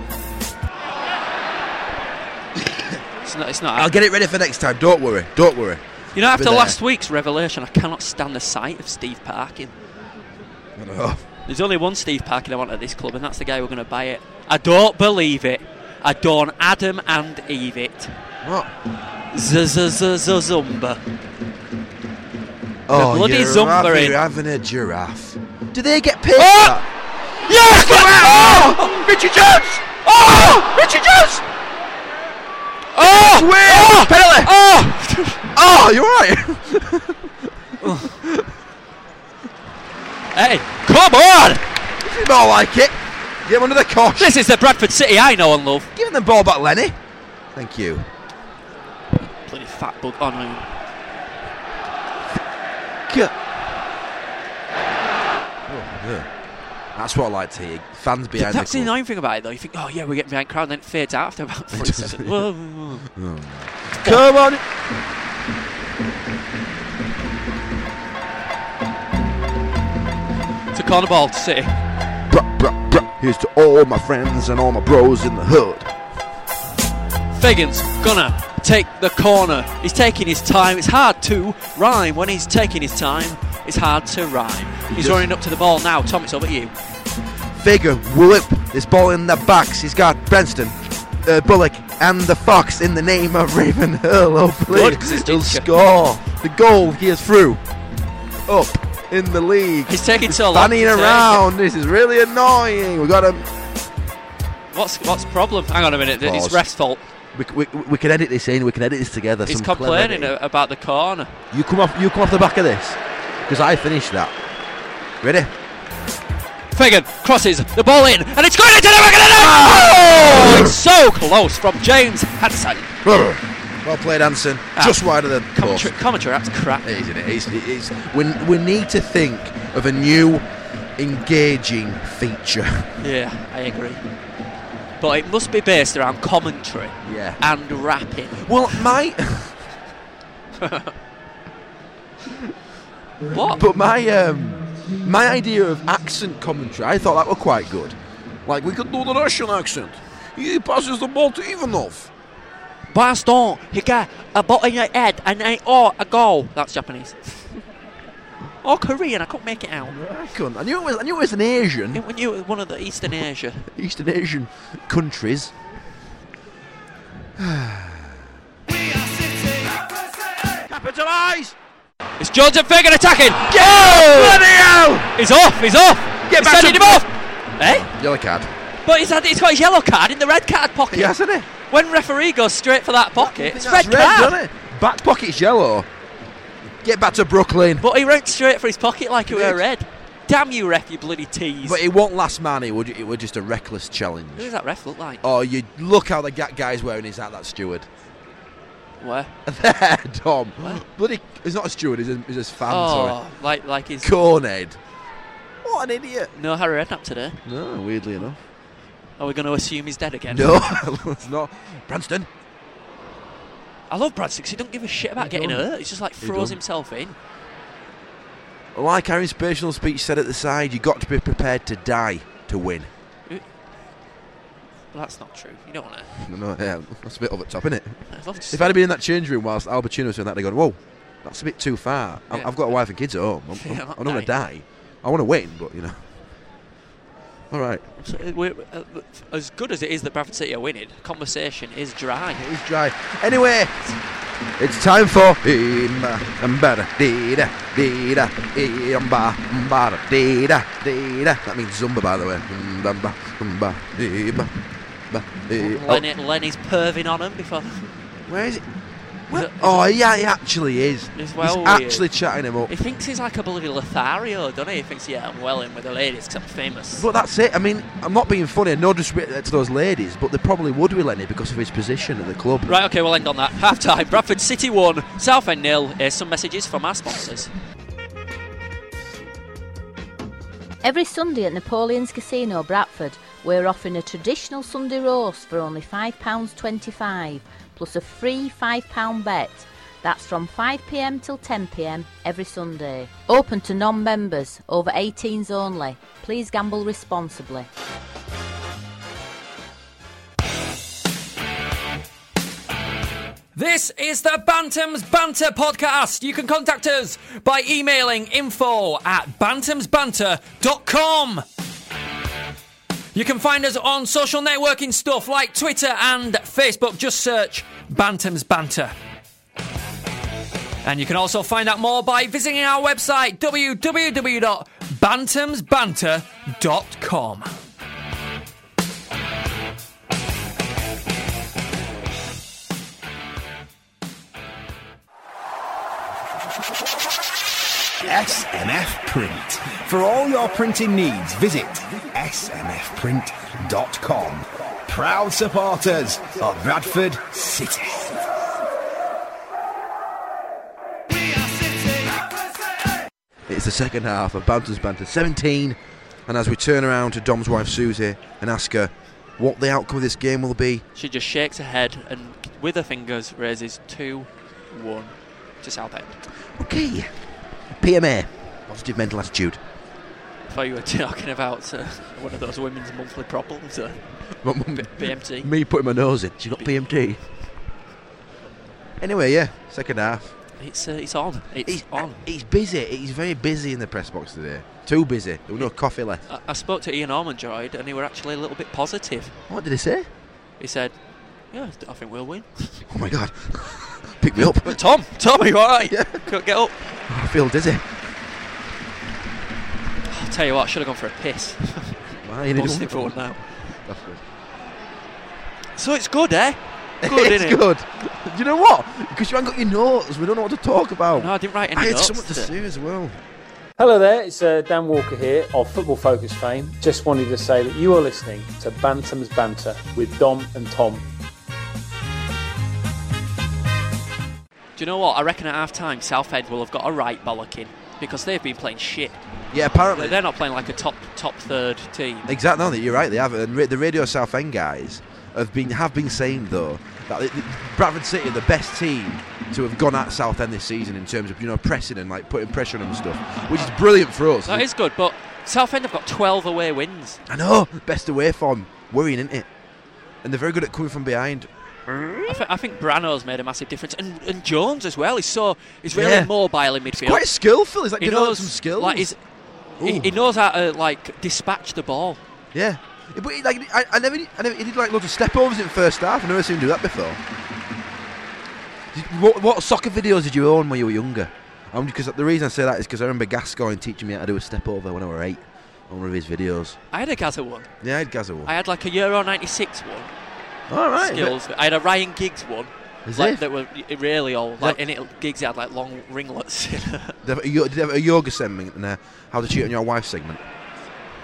It's not, it's not. I'll get it ready for next time. Don't worry. Don't worry. you know, after there. last week's revelation, I cannot stand the sight of Steve Parkin. I know. There's only one Steve Parkin I want at this club, and that's the guy we're going to buy it. I don't believe it. I don't Adam and Eve it. What? Z-z-z-z-zumba. Oh, bloody you're Zumba having- in. You're having a giraffe. Do they get paid? Oh! Yes! Come out! Oh! Richie Jones! Oh! Richie Jones! Oh! Win! Penalty! Oh! Oh, you're right. hey, come on! More like it. Give him under the cosh. This is the Bradford City I know and love. Give him the ball back, Lenny. Thank you. Bloody fat bug. Oh no. Crockett. Oh, yeah. That's what I like to hear. Fans behind That's the the club. annoying thing about it, though. You think, oh yeah, we're getting behind crowd, and then it fades out after about three does, seconds. yeah. Whoa, whoa, whoa. Come on. It's a corner ball to City. Bruh, bruh, bruh. Here's to all my friends and all my bros in the hood. Figgins gonna take the corner. He's taking his time. It's hard to rhyme when he's taking his time. It's hard to rhyme. He's does. running up to the ball now. Tom, it's over to you. Figure, Whoop, this ball in the box. He's got Benston, uh, Bullock, and the Fox in the name of Raven Hill. Oh, Good, please. 'cause it's He'll Dinsker. score the goal. He is through. Up in the league. He's taking so long. Fanning to take it. around. This is really annoying. We got him. What's what's the problem? Hang on a minute. Pause. It's ref's fault. We, c- we, we can edit this in. We can edit this together. He's Some clever complaining editing. a- about the corner. You come off. You come off the back of this because I finished that. Ready? Fagan crosses the ball in, and it's going into the back of the Ah! net! Oh, it's so close from James Hansen. well played, Anson. Just wide of the post. Commentary, commentary that's crap. It is, isn't it? It's, it is. We, we need to think of a new engaging feature. Yeah, I agree. But it must be based around commentary Yeah. and rapping. Well, my What? but my um, my idea of accent commentary, I thought that were quite good. Like we could do the Russian accent. He passes the ball to Ivanov. Baston, he got a ball in your head and a, oh, a goal. That's Japanese. or Korean, I couldn't make it out. I couldn't. I knew it was. I knew it was an Asian, When you were one of the Eastern Asia. Eastern Asian countries. Capitalise. It's Johnson Fagan attacking. Bloody hell! He's off, he's off. Get he's back sending to- him off. Eh? Yellow card. But he's, had, he's got his yellow card in the red card pocket. Yes, isn't it? When referee goes straight for that pocket, it's red, That's red, card. doesn't it? Back pocket's yellow. Get back to Brooklyn. But he went straight for his pocket like it He were did. red. Damn you, ref, you bloody tease. But it won't last man. It would. It were just a reckless Who does challenge. that ref look like? Oh, you look how the ga- guy's wearing his hat. That steward. Oh, Where? there, Tom. Bloody. He's not a steward. He's a, he's a fan. Oh, like like he's Sorry. Cornhead. What an idiot. no Harry Redknapp today. No, weirdly enough. Are we going to assume he's dead again? No, it's not. Branston. I love Brad Six. He don't give a shit about getting hurt. He's just like He throws don't. himself in. Like our inspirational speech said at the side, you got to be prepared to die to win. Well, that's not true. You don't want to. No, no, yeah, that's a bit over the top, isn't it? I'd love to If see- I'd have been in that change room whilst Albertino was doing that, they'd gone, whoa, that's a bit too far. I- Yeah. I've got a wife and kids at home. I'm, I'm, Yeah, I'm not going to die. I want to win, but, you know. All right. So, uh, we're- uh, as good as it is that Bradford City are winning, conversation is dry. It was dry. Anyway, it's time for Imba, Mbara, Dida, Dida, Imba, Mbara, Dida, Dida. That means Zumba, by the way. Mbamba, Mba, Deba, Ba, Dee- Oh, Lenny, Lenny's perving on him before. Where is it? Where? it- Oh, yeah, he actually is. He's He's well weird. actually chatting him up. He thinks he's like a bloody Lothario, doesn't he? He thinks, yeah, I'm well in with the ladies 'cause I'm famous. But that's it. I mean, I'm not being funny. No disrespect to those ladies, but they probably would with Lenny because of his position at the club. Right, okay, we'll end on that. Half time, Bradford City 1, Southend nil. Here's some messages from our sponsors. Every Sunday at Napoleon's Casino, Bradford, we're offering a traditional Sunday roast for only £5.25 plus a free £5 bet. That's from 5pm till 10pm every Sunday. Open to non members, over 18s only. Please gamble responsibly. This is the Bantams Banter podcast. You can contact us by emailing info at bantamsbanter.com. You can find us on social networking stuff like Twitter and Facebook. Just search Bantams Banter. And you can also find out more by visiting our website www.bantamsbanter.com. SMF Print. For all your printing needs, visit smfprint.com. Proud supporters of Bradford City. It's the second half of Bantam's Banter 17. And as we turn around to Dom's wife Susie and ask her what the outcome of this game will be, She just shakes her head and with her fingers raises 2 1 to Southend. Okay. PMA, positive mental attitude. I thought you were talking about uh, one of those women's monthly problems. Uh, BMT. Me putting my nose in. She got PMT. Anyway, yeah, second half. It's, uh, it's on. It's He's- on. He's busy. He's very busy in the press box today. Too busy. There was no coffee left. I, I spoke to Ian Ormondroyd and he were actually a little bit positive. What did he say? He said, Yeah, I think we'll win. Oh my god. Pick me up. But Tom, Tom, are you alright? Can't get up. I feel dizzy. I'll tell you what, I should have gone for a piss. Why you Must doing sit forward that? now. That's good. So it's good, eh? Good, it's isn't it? good. You know what? Because you haven't got your notes. We don't know what to talk about. No, I didn't write any I had notes so much to today. say as well. Hello there, it's uh, Dan Walker here of Football Focus fame. Just wanted to say that you are listening to Bantam's Banter with Dom and Tom. Do you know what? I reckon at half time Southend will have got a right bollocking because they've been playing shit. Yeah, apparently. Like, They're not playing like a top top third team. Exactly. No, you're right. They have. And ra- the Radio South End guys have been have been saying though that it- Bradford City are the best team to have gone at South End this season in terms of you know pressing and like putting pressure on them and stuff, which is brilliant for us. That is good, but Southend have got 12 away wins. I know. Best away form. Worrying, isn't it? And they're very good at coming from behind. I, thi- I think Brano's made a massive difference, and, and Jones as well. He's so he's really Yeah. mobile in midfield. Quite skillful. He's like He developed knows- some skills. Like he's, he, Ooh. he knows how to like dispatch the ball. Yeah. But he, like I, I never, I never, he did like lots of step overs in the first half. I never seen him do that before. Did- What, what soccer videos did you own when you were younger? Because the reason I say that is because I remember Gascoigne teaching me how to do a step over when I were eight on one of his videos. I had a Gaza one. Yeah, I had Gazza I one. had like a Euro '96 one. All right. Skills. I had a Ryan Giggs one. As like if. that were i- really old. Like that- in it, Giggs had like long ringlets. Did you have a- did you have a yoga segment and a how to cheat on your wife segment?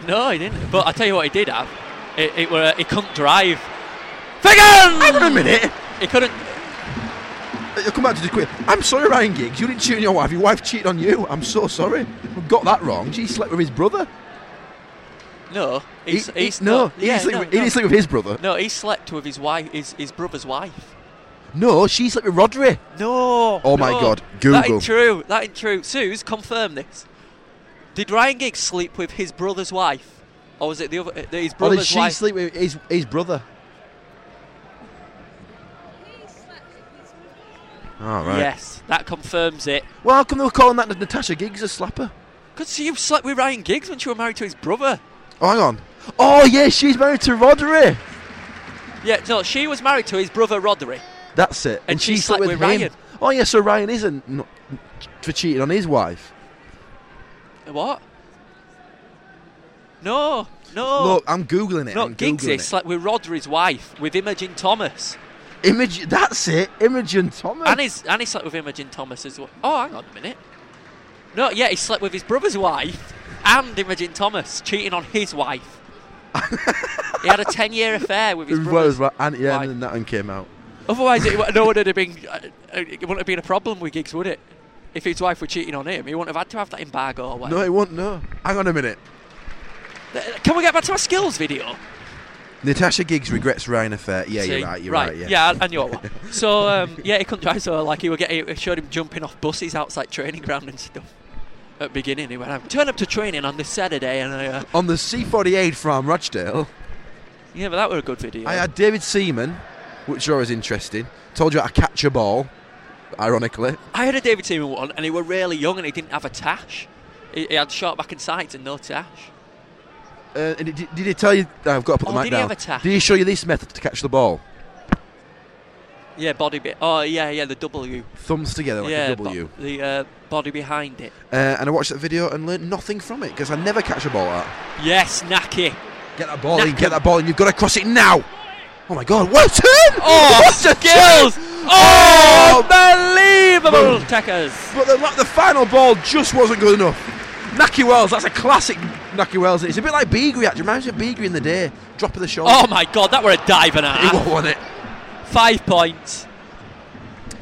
no, he didn't. But I tell you what, he did have. It, it were he couldn't drive. Figan! Hang on a minute. He couldn't. You'll come back to the quick. I'm sorry, Ryan Giggs. You didn't cheat on your wife. Your wife cheated on you. I'm so sorry. I got that wrong. She slept with his brother. No, he's, He- he- he's no, not- he yeah, didn't sleep no, with- he no. didn't sleep with his brother. No, he slept with his wife, his, his brother's wife. No, she slept with Rodri. No. Oh my no. God, That Google. ain't true. That ain't true. Suze, confirm this. Did Ryan Giggs sleep with his brother's wife, or was it the other? uh, His Or brother's Oh, did she wife. sleep with his, his brother? All right. Yes, that confirms it. Well, how come they were calling that Natasha Giggs a slapper? Because you slept with Ryan Giggs when you were married to his brother. Oh, hang on. Oh, yeah, she's married to Rodri. Yeah, no, she was married to his brother Rodri. That's it. And she slept with him. Ryan. Oh, yeah, so Ryan isn't not for cheating on his wife. What? No, no. Look, I'm Googling it. no, I'm Oh. Giggs Googling is slept with Rodri's wife, with Imogen Thomas. it. Image, that's it. Imogen Thomas. And he's and he slept with Imogen Thomas as well. Oh, hang on a minute. No, yeah, he slept with his brother's wife and Imogen Thomas, cheating on his wife. he had a ten-year affair with his Who brother's. was like, and, yeah, wife. and then that one came out. Otherwise, it, wa- no one would have been. uh, It wouldn't have been a problem with Giggs, would it? If his wife were cheating on him, he wouldn't have had to have that embargo. Or No, whatever. it won't, no. Hang on a minute. Th- Can we get back to our skills video? Natasha Giggs regrets Ryan affair. Yeah, See? you're right, you're right, yeah. yeah, I, I knew what. So um, yeah, he couldn't drive. So like he would get, he showed him jumping off buses outside training ground and stuff. At the beginning, he went, "I turned up to training on this Saturday, and I, uh, On the C48 from Rochdale. yeah, but that were a good video. I had David Seaman, which was interesting. Told you how to catch a ball, ironically. I had a David Seaman one, and he were really young, and he didn't have a tash. He, he had short back and sides and no tash. Uh, and did, did he tell you? I've got to put Oh, the mic did he down. have a tack? Did he show you this method to catch the ball? Yeah, body bit. Oh yeah, yeah, the W. Thumbs together like yeah, a bo- W. the uh, body behind it. Uh, and I watched that video and learned nothing from it because I never catch a ball at. that. Yes, Naki. Get that ball in, Knack get 'em. that ball in. You've got to cross it now. Oh my God! What a turn! Oh, what a skills! turn! Oh, unbelievable Boom. tackers. But the, like, the final ball just wasn't good enough. Naki Wells, that's a classic Naki Wells. It's a bit like Beagrie actually. Reminds me of Beagrie in the day. Drop of the shoulder. Oh my God, that were a dive and a It half. wa- wasn't it. Five points.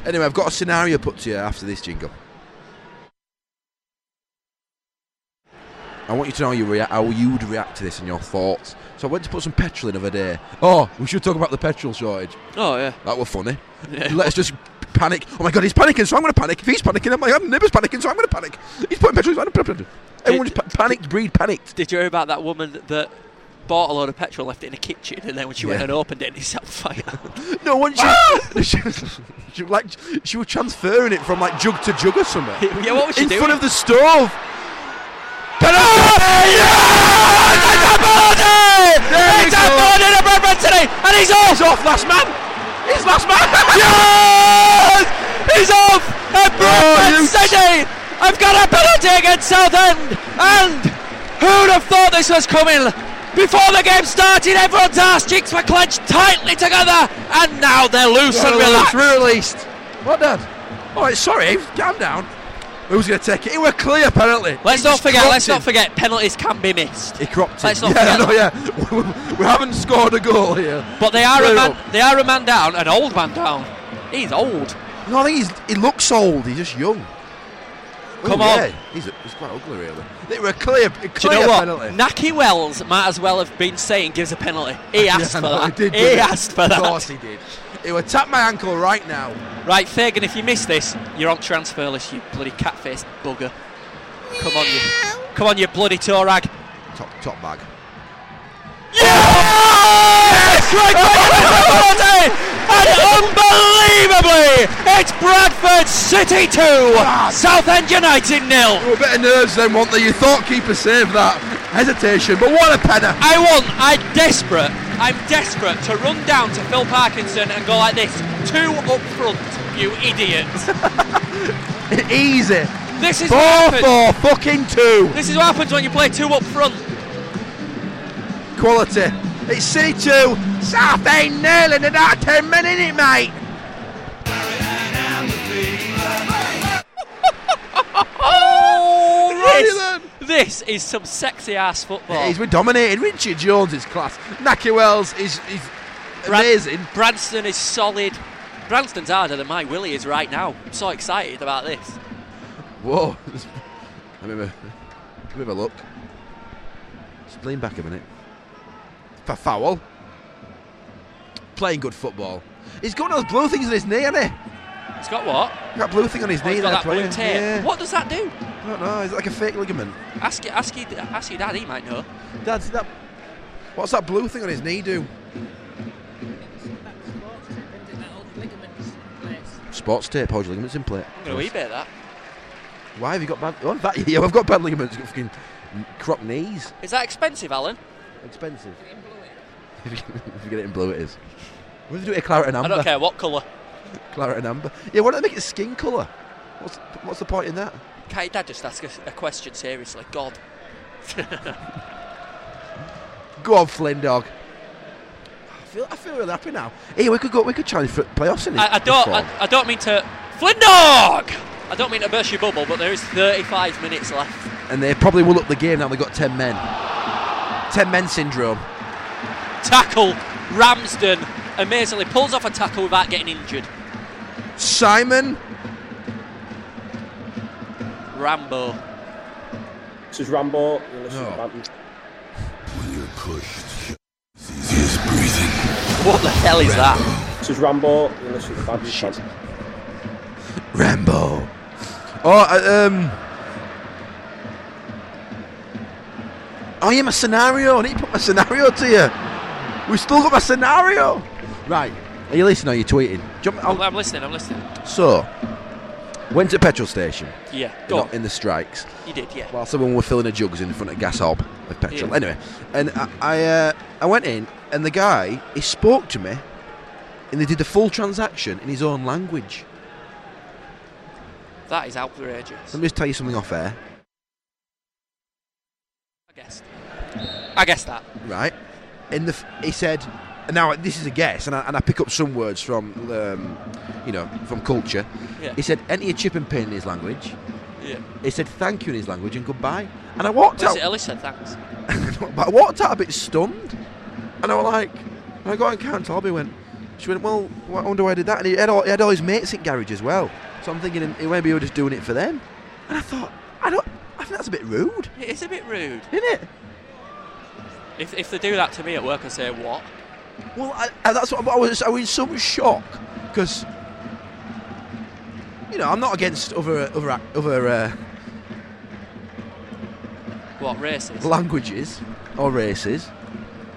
Anyway, I've got a scenario put to you after this jingle. I want you to know how, you rea- how you'd react to this and your thoughts. So I went to put some petrol in the other day. Oh, we should talk about the petrol shortage. Oh, yeah. That were funny. Yeah. Let's just panic. Oh my god, he's panicking, so I'm going to panic. If he's panicking, I'm like, I'm neighbour's panicking, so I'm going to panic. He's putting petrol. He's putting petrol. Everyone just pa- panicked, breed panicked. Did you hear about that woman that bought a load of petrol, left it in the kitchen, and then when she went Yeah. and opened it, it set on fire? No, once Ah! she, she, was- she like she was transferring it from like jug to jug or something. Yeah, what was she in doing? front of the stove. It's a born in a Bradford today, and he's off. He's off, last man. He's last man. yes, he's off. Oh, At Bradford City, I've got a penalty against Southend, and who'd have thought this was coming? Before the game started, everyone's arse cheeks were clenched tightly together, and now they're loose and relaxed. released. What, Dad? All right, sorry. Calm down. Who's going to take it? It were clear, apparently. Let's He not just forget. cropped Let's him. not forget. Penalties can be missed. He cropped it. Let's not yeah, forget no, yeah. we haven't scored a goal here. But they are a Clear man. up. They are a man down. An old man down. He's old. No, I think he's, he looks old. He's just young. Come Oh, on. yeah. He's, he's quite ugly, really. They were a clear, a Do clear you know what? penalty. Naki Wells might as well have been saying gives a penalty. He asked Yeah, for no, that. He, did, he didn't asked for Of that. course he did. He would tap my ankle right now. Right, Fagan, if you miss this, you're on transfer list, you bloody cat-faced bugger. Come on, you. Come on, you bloody torag. Top, top bag. Yes! Greg Bailey with the penalty! And unbelievably, it's Bradford City 2, Southend United nil. They were a bit of nerves then, weren't they? You thought keeper saved that. Hesitation, but what a penner. I want, I desperate, I'm desperate to run down to Phil Parkinson and go like this, two up front, you idiots. Easy. This is what Four, happens. four, fucking two. This is what happens when you play two up front. Quality. It's City two. Southend nil in about ten minute, innit, mate. Oh, Brilliant. this, this is some sexy ass football. He's been dominating. Richard Jones is class. Naki Wells is, is Brad- amazing. Branston is solid. Branston's harder than my Willie is right now. I'm so excited about this. Whoa. I mean, give him a look. Just lean back a minute. For foul. Playing good football. He's got those blue things on his knee, hasn't he? He's got what? He's got a blue thing on his Oh, knee. he's got that there, blue player. tape. Yeah. What does that do? I don't know. Is it like a fake ligament? Ask, ask, your- ask your dad, he might know. That's that. What's that blue thing on his knee do? Sports tape holds your ligaments in place. I'm going to eBay that. Why have you got bad? Oh, that, yeah, I've got bad ligaments. Got fucking crop knees. Is that expensive, Alan? Expensive. if you get it in blue, it is. What do they do it in claret and I amber? don't care what colour. Claret and amber. Yeah, why don't they make it skin colour? What's what's the point in that? Can your dad just ask a, a question seriously? God. Go on, Flynn dog. I feel I feel really happy now. Hey, we could go. We could challenge for playoffs in it. I, I don't. I, I don't mean to. Flindog. I don't mean to burst your bubble, but there is 35 minutes left. and they probably will up the game now. They've got ten men. Ten men syndrome. Tackle. Ramsden amazingly pulls off a tackle without getting injured. Simon. Rambo. This is Rambo. You're listening to No. Bantam. What the hell is that? This is Rambo. You're listening to Bantam. Rambo. Oh, uh, um. Oh, yeah, my scenario. I need to put my scenario to you. We've still got my scenario. Right. Are you listening or are you tweeting? Jump, I'm, Oh, I'm listening. I'm listening. So, went to petrol station. Yeah. Go. Not on. in the strikes. You did. Yeah. While someone were filling the jugs in front of gas hob of petrol. Yeah. Anyway, and I I, uh, I went in, and the guy he spoke to me, and they did the full transaction in his own language. That is outrageous. Let me just tell you something off air, I guessed. I guessed that. right? In the f- he said, and now this is a guess, and I, and I pick up some words from um, you know from culture. Yeah. He said, "Enter your chip and pin" in his language. Yeah. He said, "Thank you" in his language, and goodbye. And I walked out. Listen, Elisa, thanks. but I walked out a bit stunned, and I was like, and I got in count Albie went, she went, well, I wonder why I did that, and he had all, he had all his mates in garage as well, so I'm thinking he- maybe he was just doing it for them, and I thought, I don't, I, think that's a bit rude. It is a bit rude. Isn't it? If, if they do that to me at work, I say, what? Well, I, I, that's what I was. I was in some shock because you know I'm not against other other ac- other uh, What, races? languages or races.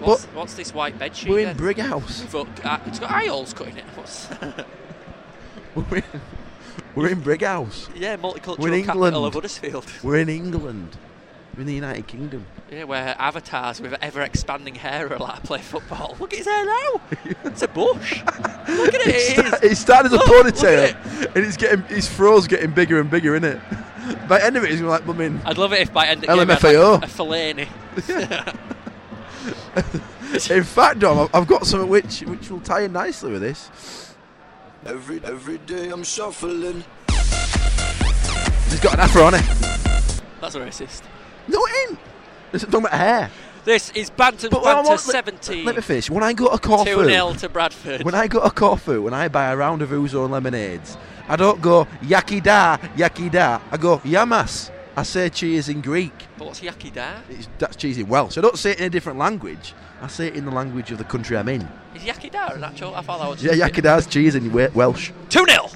What's, what's this white bed sheet we're then? in Brighouse. Fuck, uh, it's got eye holes cut in it. What's We're in, we're in Brighouse. yeah, multicultural We're in England. capital of Huddersfield. We're in England. We're in the United Kingdom. Yeah, where avatars with ever expanding hair are allowed to play football. Look at his hair now. it's a bush. Look at it. It's it is. sta- it's starting as a Look, look at it. ponytail, and it's getting his throw's getting bigger and bigger, isn't it? By the end of it, he's gonna be like, I mean, I'd love it if by end of game I'd LMFAO. like a Fellaini. In fact, Dom, I've- I've got something which which will tie in nicely with this. Every every day I'm shuffling. He's got an afro on it. That's racist. No, it ain't. This is talking about hair. This is Bantam's But when I Banter want- let- 17. Let me finish. When I go to Corfu, 2-0 to Bradford. When I go to Corfu, and I buy a round of Ouzo and lemonades, I don't go yaki da, yaki da. I go yamas. I say cheers in Greek. But what's Yaki Dar? It's, that's cheese in Welsh. I don't say it in a different language. I say it in the language of the country I'm in. Is Yaki Dar an actual? I thought that was Yeah, yaki da's cheese in we- Welsh. 2 0.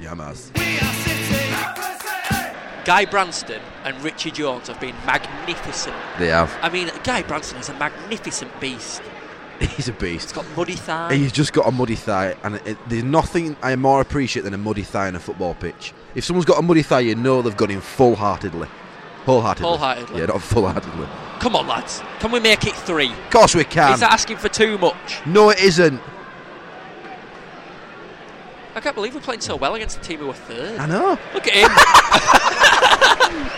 Yamas. Guy Branston and Richie Jones have been magnificent. They have. I mean, Guy Branston is a magnificent beast. He's a beast. He's got muddy thighs. He's just got a muddy thigh, and it, there's nothing I more appreciate than a muddy thigh in a football pitch. If someone's got a muddy thigh, you know they've gone in full heartedly. Wholeheartedly. Wholeheartedly. Yeah, not full heartedly. Come on, lads. Can we make it three? Of course we can. Is that asking for too much? no, it isn't. I can't believe we're playing so well against the team who were third. I know. Look at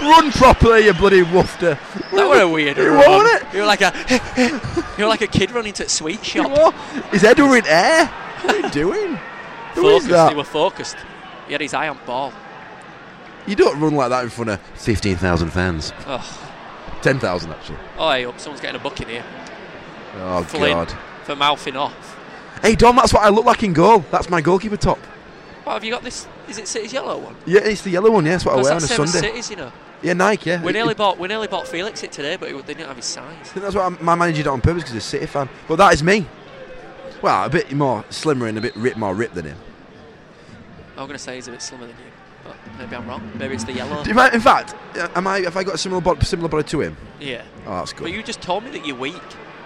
him. Run properly, you bloody woofter. that were a weird You run. want it? You were like a, you were like a kid running to a sweet shop. Is Ed in air? What are you doing? Who is focused. that? They were focused. He had his eye on ball. You don't run like that in front of 15,000 fans. Oh, 10,000, actually. oh I hope someone's getting a bucket here. Oh, Flynn God. for mouthing off. Hey, Dom, that's what I look like in goal. That's my goalkeeper top. What have you got? This is it. City's yellow one. Yeah, it's the yellow one, yeah. That's what I That's wear that Oh, same on a as Sunday. City's, you know. Yeah, Nike, yeah. We It- nearly it- bought we nearly bought Felix it today, but it, they didn't have his size. I think that's what I'm- my manager did it on purpose because he's a City fan. But that is me. Well, a bit more slimmer and a bit rip, more ripped than him. I'm gonna say he's a bit slimmer than you, but maybe I'm wrong. Maybe it's the yellow. Do you mind- in fact, uh, am I? Have I got a similar body, similar body to him? Yeah. Oh, that's good. But you just told me that you're weak.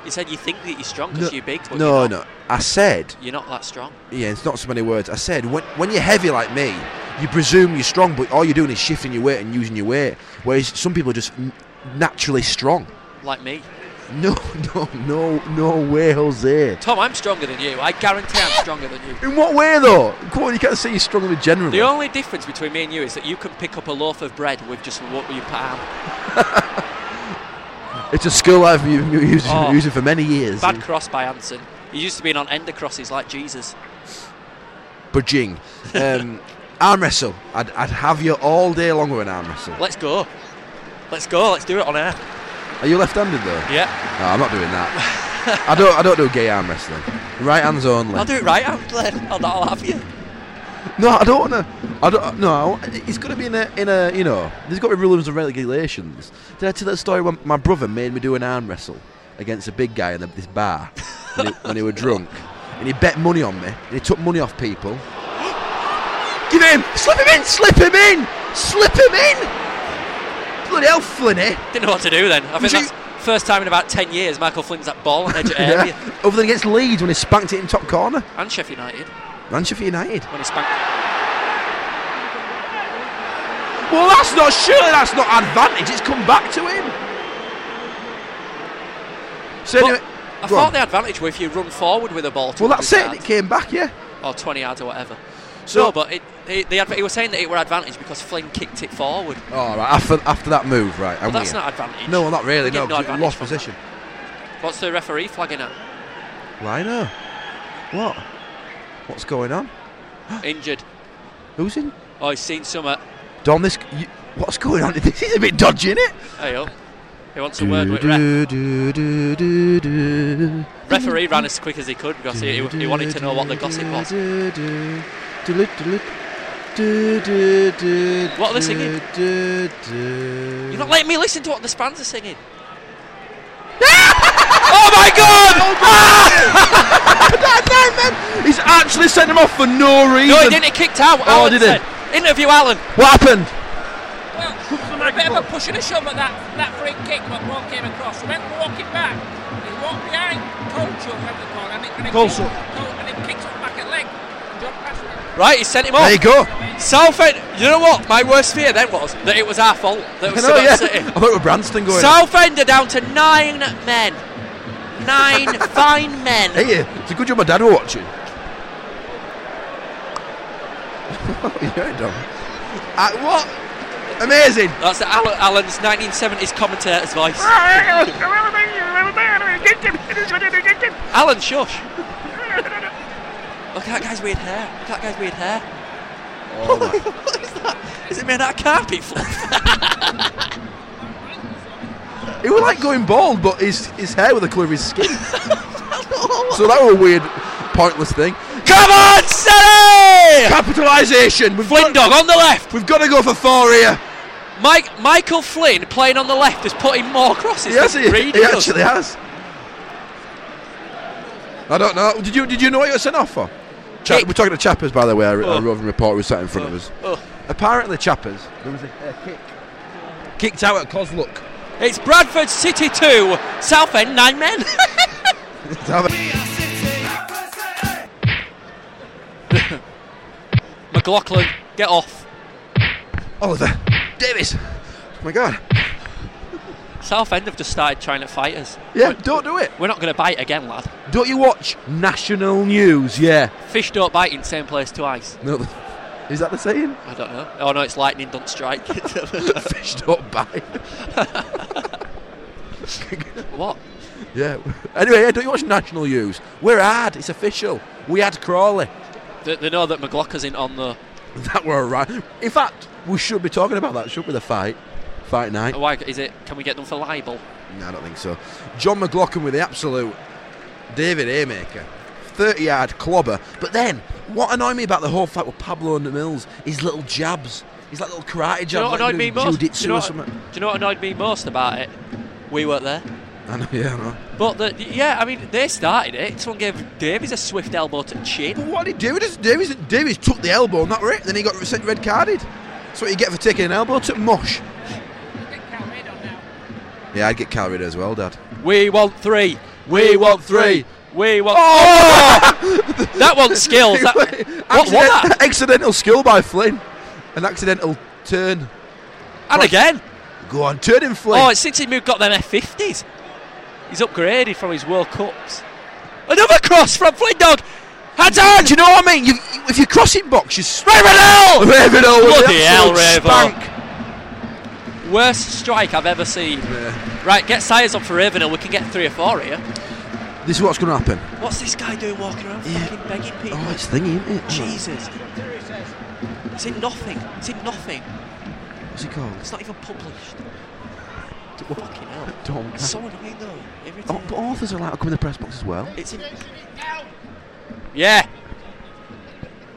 You said you think that you're strong because you're big, but no, you're not. no. I said, You're not that strong. yeah, it's not so many words. I said, when, when you're heavy like me, you presume you're strong, but all you're doing is shifting your weight and using your weight. Whereas some people are just n- naturally strong. Like me. No, no, no, no way, Jose. Tom, I'm stronger than you. I guarantee I'm stronger than you. In what way though? Come on, you can't say you're stronger than generally. The only difference between me and you is that you can pick up a loaf of bread with just what your palm. It's a skill I've been u- using, Oh. using for many years. Bad cross by Anson. He used to be on ender crosses like Jesus. Bridging. Um, arm wrestle. I'd, I'd have you all day long with an arm wrestle. Let's go. Let's go. Let's do it on air. Are you left-handed though? Yeah. No, I'm not doing that. I don't. I don't do gay arm wrestling. Right hands only. I'll do it right hand, Glenn. I'll, I'll have you. No, I don't want to. I don't. No, I wa- it's got to be in a. In a. You know, there's got to be rules and regulations. Did I tell that story when my brother made me do an arm wrestle against a big guy in a, this bar when, he, when he were drunk, and he bet money on me, and he took money off people. Give him! Slip him in! Slip him in! Slip him in! Bloody hell, Flinny! Didn't know what to do then. I Would think you- that's first time in about 10 years Michael Flynn's that ball on edge of area. Yeah. Other than against Leeds when he spanked it in top corner. And Sheffield United Manchester United. when he spanked. Well, that's not surely that's not advantage. It's come back to him. So But anyway, I go thought on. the advantage were if you run forward with a ball. well, 200 that's it. It yards came back, yeah. Or 20 yards or whatever. So- no, but it, it, the adv- he was saying that it were advantage because Flynn kicked it forward. All right. After after that move, right? But I'm that's with you. not advantage. Oh, No, well, not really. You No, get no 'cause it advantage lost from position. What's the referee flagging at? Well, I know. What? What's going on? Injured. Who's in? Oh, he's seen summer. Don, this. You, what's going on? This is a bit dodgy, isn't it? Hey up. He wants a word with ref. Referee ran as quick as he could because he, he, he wanted to know what the gossip was. was. Do, do, do, What are they do, singing? Do, do. You're not letting me listen to what the spans are singing. oh my god! He's actually sent him off for no reason. No, he didn't. He kicked out. Oh, Alan did he? said. Interview Alan. What happened? A bit of a push and a shove at that, that free kick, but ball came across. He went walking back. He walked behind Colcho, whatever they call him, and he, and he Colcho. kicked- Col- and he kicked him back at leg. And jumped past him. Right, he sent him off. There you go. Southend, you know what? My worst fear then was that it was our fault. That it was I know, Stoke Oh, yeah. City. I thought it was Branston going. Southend are down to nine men. Nine fine men. Hey, it's a good job my dad were watching. yeah, Dom. Uh, what? Amazing. That's Alan, Alan's 1970s commentator's voice. Alan, shush. Look at that guy's weird hair. Look at that guy's weird hair. Oh, my- what is that? Is it made out of carpet fluff? He was like going bald, but his his hair was the colour of his skin. so that was a weird, pointless thing. Come on, City! Capitalisation. We've Flynn dog on the left. We've got to go for four here. Mike Michael Flynn playing on the left has put in more crosses. Yes, than he, Reid he does. actually has. I don't know. Did you did you know what you were sent off for? Cha- Kick. we're talking to Chappers, by the way. Our, Oh. our roving reporter was sat in front of us. Oh. Apparently, Chappers there was a, a kick kicked out at Coslook. It's Bradford City 2, Southend 9 men. McLaughlin, get off. Oliver Davis. Oh my God. Southend have just started trying to fight us. Yeah, don't do it. We're not going to bite again, lad. Don't you watch national news? Yeah. Fish don't bite in same place twice. No. th- Is that the saying? I don't know. Oh no, it's lightning don't strike. Fish don't bite. what? Yeah. Anyway, yeah, don't you watch national news? We're hard. It's official. We had Crawley. They, they know that McLaughlin's in on the. That were alright. In fact, we should be talking about that, should we? The fight, fight night. Why is it? Can we get them for libel? No, I don't think so. John McLaughlin with the absolute David Haymaker. 30 yard clobber. But then, what annoyed me about the whole fight with Pablo and the Mills, his little jabs. His like little karate jabs. Do you know what like annoyed me doing most? Do jujitsu you know or what, something. do you know what annoyed me most about it? We weren't there. I know, yeah, I know. But the, yeah, I mean, they started it. Someone gave Davies a swift elbow to chin. What did Davies? Davies, Davies took the elbow and that were it. Then he got sent red carded. That's what you get for taking an elbow to mush. Yeah, I'd get carried as well, Dad. We want three. We want three. Oh! We want. that one's skills. Oh! That, what was Accident- that? Accidental skill by Flynn. An accidental turn. And again. Go on, turn him, Flynn. Oh, it's since he moved got them F50s. He's upgraded from his World Cups. Another cross from Flynn Dog. Hands on. Do you know what I mean? You, you, if you cross in box, you Ravenel! Ravenel with the Bloody hell, absolute Ravel. spank. Worst strike I've ever seen. Right, get Sayers up for Ravenel. We can get three or four here. This is what's going to happen. What's this guy doing walking around fucking begging people? Oh, it's thingy, isn't it? Jesus. It's in nothing. It's in nothing. What's it called? It's not even published. What? Fucking hell. Don't. It's so annoying though. Every Oh, time. but authors are allowed to come in the press box as well. It's in. Yeah.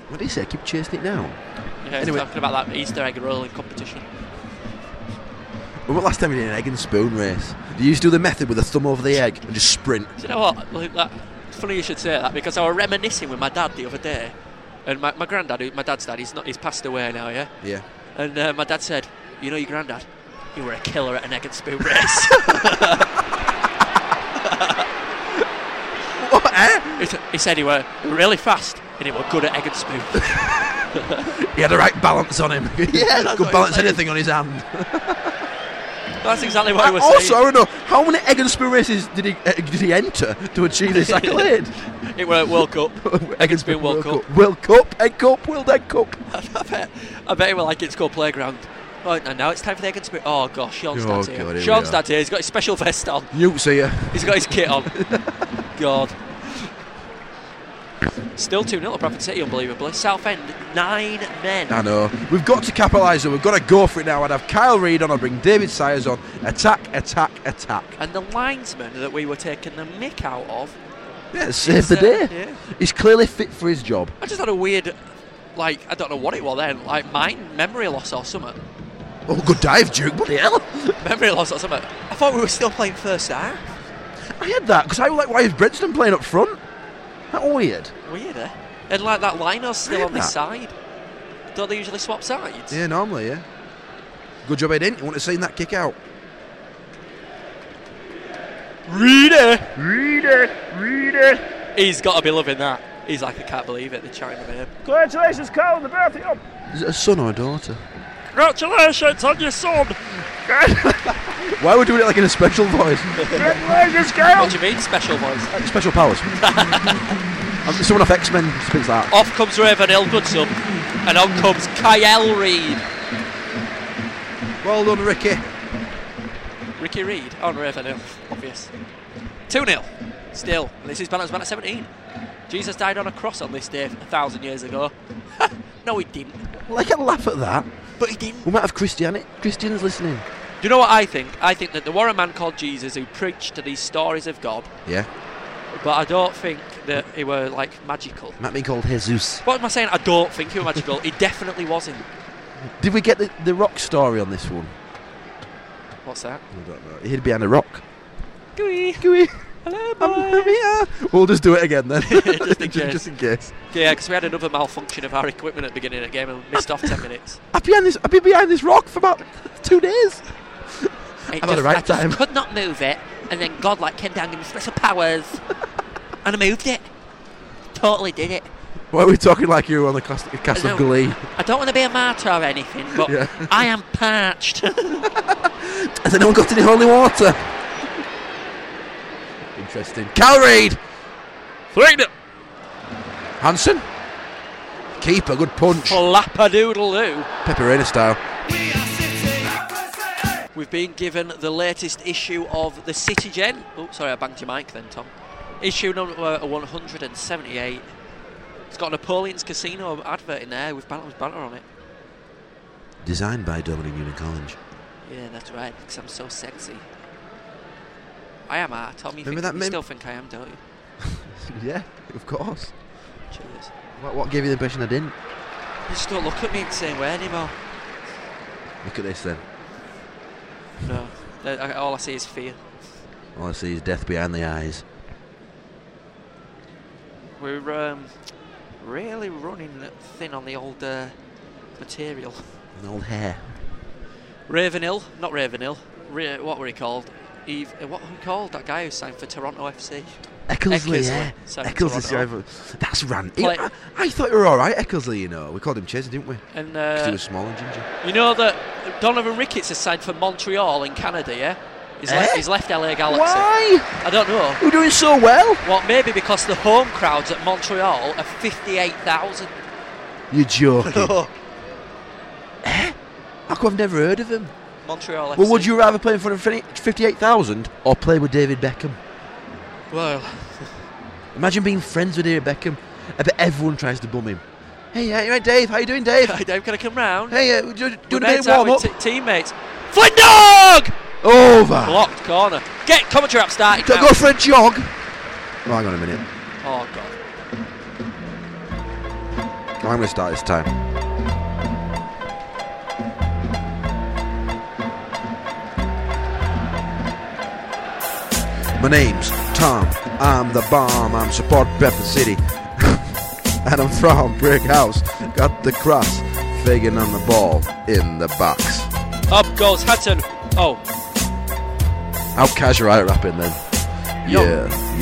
What did he say? Keep chasing it down. Yeah, it's Anyway. talking about that Easter egg rolling competition. When was the last time we did an egg and spoon race? Do you used to do the method with a thumb over the egg and just sprint? Do you know what? Like, that, it's funny you should say that because I was reminiscing with my dad the other day, and my, my granddad, who- my dad's dad, he's not, he's passed away now, yeah. Yeah. And uh, my dad said, "You know your granddad, you were a killer at an egg and spoon race." What? Eh? he, said- he said he were really fast and he were good at egg and spoon. He had the right balance on him. Yeah, that's what could he balance said. anything on his hand. That's exactly what he was Uh, also, I don't know how many egg and spoon races did he uh, did he enter to achieve this accolade? saying. It were at World Cup. egg and Spoon World Cup. World Cup, Egg Cup, World Egg Cup. I bet, I bet he were like it's called playground. Oh, and now it's time for the egg and spoon. Oh gosh, Sean's Oh, dad's God, here here. we Sean's are. dad's here. He's got his special vest on. Newts here. He's got his kit on. God. Still 2 0 at Bradford City, unbelievably. Southend, nine men. I know. We've got to capitalise though. We've got to go for it now. I'd have Kyle Reid on. I'd bring David Sayers on. Attack, attack, attack. And the linesman that we were taking the mick out of. Yeah, save is, the uh, day. yeah. He's clearly fit for his job. I just had a weird like I don't know what it was then, like mine memory loss or something. Oh, good dive, Duke. Bloody hell. memory loss or something. I thought we were still playing first half. I had that because I was like, why is Brixton playing up front? How weird. Weird, eh? And like that Lino's still Weird on this that. side. Don't they usually swap sides? Yeah, normally, yeah. Good job I didn't. You wouldn't have seen that kick out. Reader! Reader! Reader! He's got to be loving that. He's like, I can't believe it. They're chanting my name. Congratulations, Carl, on the birthday. Oh, Is it a son or a daughter? congratulations on your son. Why are we doing it like in a special voice? congratulations, Carl. What do you mean, special voice? special powers. Um, Someone off X Men speaks like that. Off comes Raven Hill, good sub. And on comes Kyle Reed. Well done, Ricky. Ricky Reed on Raven Hill, obvious. 2 0. Still, this is Balance Man at 17. Jesus died on a cross on this day a thousand years ago. no, he didn't. Well, I can laugh at that. But he didn't. We might have Christianity. Christians listening. Do you know what I think? I think that there were a man called Jesus who preached to these stories of God, Yeah. but I don't think that he were like magical. Might be called Jesus. What am I saying? I don't think he was magical. he definitely wasn't. Did we get the, the rock story on this one? What's that? I don't know. Hid behind a rock. Gooey. Gooey. Hello, boy. I'm here. We'll just do it again then. Just in just, case. just in case. Yeah, because we had another malfunction of our equipment at the beginning of the game and we missed off 10 minutes. I've been behind this. I've been behind this rock for about two days. It I've had a right I just time. could not move it, and then God like came down and gave me special powers, and I moved it. Totally did it. Why are we talking like you were on the cast, cast of No. Glee? I don't want to be a martyr or anything, but Yeah. I am parched. Has anyone got any holy water? Interesting. Cal Reid. Three nil. Hanson. Keeper, good punch. Flappadoodle doo. Pepperina style. We've been given the latest issue of the City Gen. Oh, sorry, I banged your mic then, Tom. Issue number 178. It's got Napoleon's Casino advert in there with Bantam's banner on it. Designed by Dominic Newman College. Yeah, that's right, because I'm so sexy. I am art, Tom. You, Remember think, that you meme? still think I am, don't you? yeah, of course. Cheers. What, what gave you the impression I didn't? You just don't look at me the same way anymore. Look at this then. No. That- I- All I see is fear. All I see is death behind the eyes. We're um, really running thin on the old uh, material. And old hair. Ravenhill, not Ravenhill. Ra- what were he called? Eve, uh, what were he called? That guy who signed for Toronto FC. Ecclesley, yeah. signed for Ecclesley. Toronto. signed for- That's rant. Play- I, I thought you were alright, Ecclesley, you know. We called him Chesney, didn't we? And 'Cause he uh, was small and ginger. you know that Donovan Ricketts has signed for Montreal in Canada, yeah. He's, Eh? left, he's left LA Galaxy. Why? I don't know. We're doing so well. Well, maybe because the home crowds at Montreal are 58,000. You're joking. Eh? How come I've never heard of him? Montreal Well, would FC. you rather play in front of 50- 58,000 or play with David Beckham? Well, Imagine being friends with David Beckham. I bet everyone tries to bum him. Hey, hey, hey Dave, how you doing, Dave? Hey, Dave, can I come round? Hey, uh, do, do a We're bit of mates, aren't warm we? up. T- teammates. Flindog! Over. Blocked corner. Get commentary up started. Don't now. go for a jog. Oh, hang on a minute. Oh, God. I'm going to start this time. My name's Tom. I'm the bomb. I'm support Pepper City. and I'm from Brick House. Got the cross. Fagan on the ball in the box. Up goes Hutton. Oh, How casual I rapping then? Yo. Yeah. uh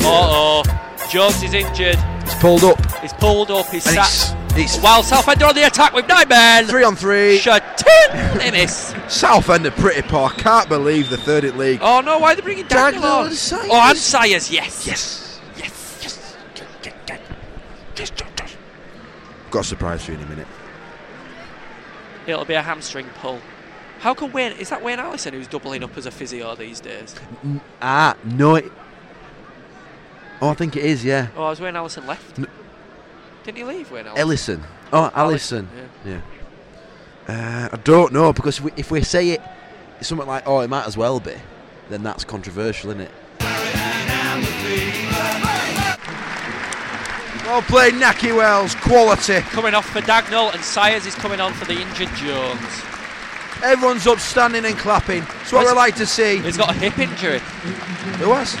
oh. Jones is injured. It's pulled up. He's pulled up. He's And sat. he's- he's- While Southend are on the attack with nine men. Three on three. Shatin. they miss. Southend are pretty poor. Can't believe the third in league. Oh, no. Why are they bringing Daniel Daniel on? and Sayers. Oh, and Sayers. Yes. Yes. Yes. Yes. Got a surprise for you in a minute. It'll be a hamstring pull. How can Wayne? Is that Wayne Allison who's doubling up as a physio these days? N- Ah, no. It, oh, I think it is, yeah. Oh, has Wayne Allison left? N- Didn't he leave Wayne Allison? Ellison. Oh, Allison. Yeah. Uh, I don't know, because if we, if we say it, it's something like, oh, it might as well be, then that's controversial, isn't it? Well played, Naki Wells. Quality. Coming off for Dagnall and Sayers is coming on for the injured Jones. Everyone's up standing and clapping. It's what Where's- I like to see. He's got a hip injury. Who was?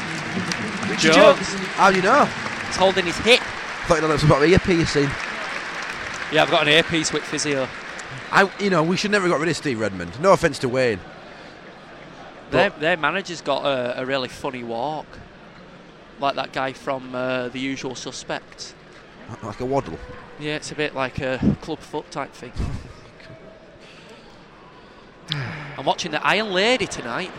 Jones. How do you know? He's holding his hip. Thought that was about the ear piercing. Yeah, I've got an earpiece with physio. I, you know, we should never have got rid of Steve Redmond. No offence to Wayne. Their, their manager's got a, a really funny walk. Like that guy from uh, The Usual Suspects. Like a waddle. Yeah, it's a bit like a club foot type thing. I'm watching The Iron Lady tonight.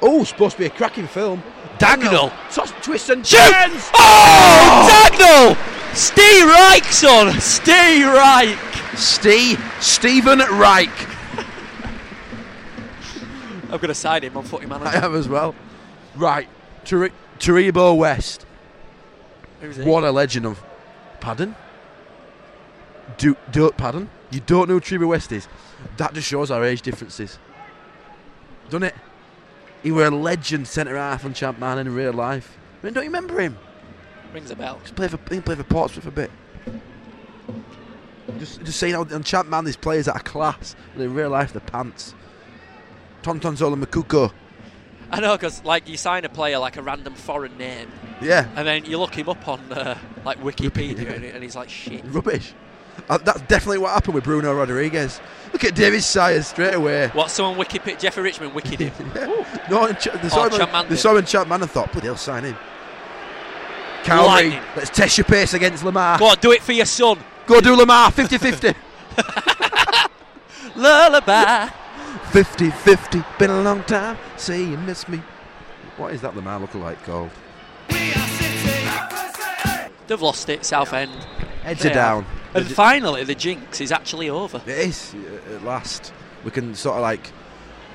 Oh, supposed to be a cracking film. Dagnall. Toss, twist and Shoot! turns. Oh, Dagnall! Steve Reich, son! Steve Reich! Steve, Stephen Reich. I'm going to sign him on footy manager. I have as well. Right, Ter- Terebo West. Who's he? What a legend of. Pardon? Do, do, pardon? You don't know who Trevor West is? That just shows our age differences. Doesn't it? He were a legend centre half and champ man in real life. I mean, don't you remember him? Rings a bell. Just play for, he played for Portsmouth for a bit. Just, just saying how on champ man these players that are class, but in real life they're pants. Tontonzola Makuko. I know, because like you sign a player like a random foreign name, Yeah. and then you look him up on uh, like Wikipedia, and, and he's like, shit. Rubbish. Uh, that's definitely what happened with Bruno Rodriguez. Look at David Sayers straight away. What? Someone Wikipedia? Jeffrey Richmond wicked him. No, and Ch- they saw Oh, him Chapman on- they did. saw him in Chapman and thought, bloody hell, sign him. Cowley, Lightning. let's test your pace against Lamar. Go on, do it for your son. Go do Lamar, 50 50. Lullaby. 50 50, been a long time, say you miss me. What is that Lamar lookalike called? They've lost it, Southend. Heads They are down. have. And finally, the jinx is actually over. It is, uh, at last. We can sort of like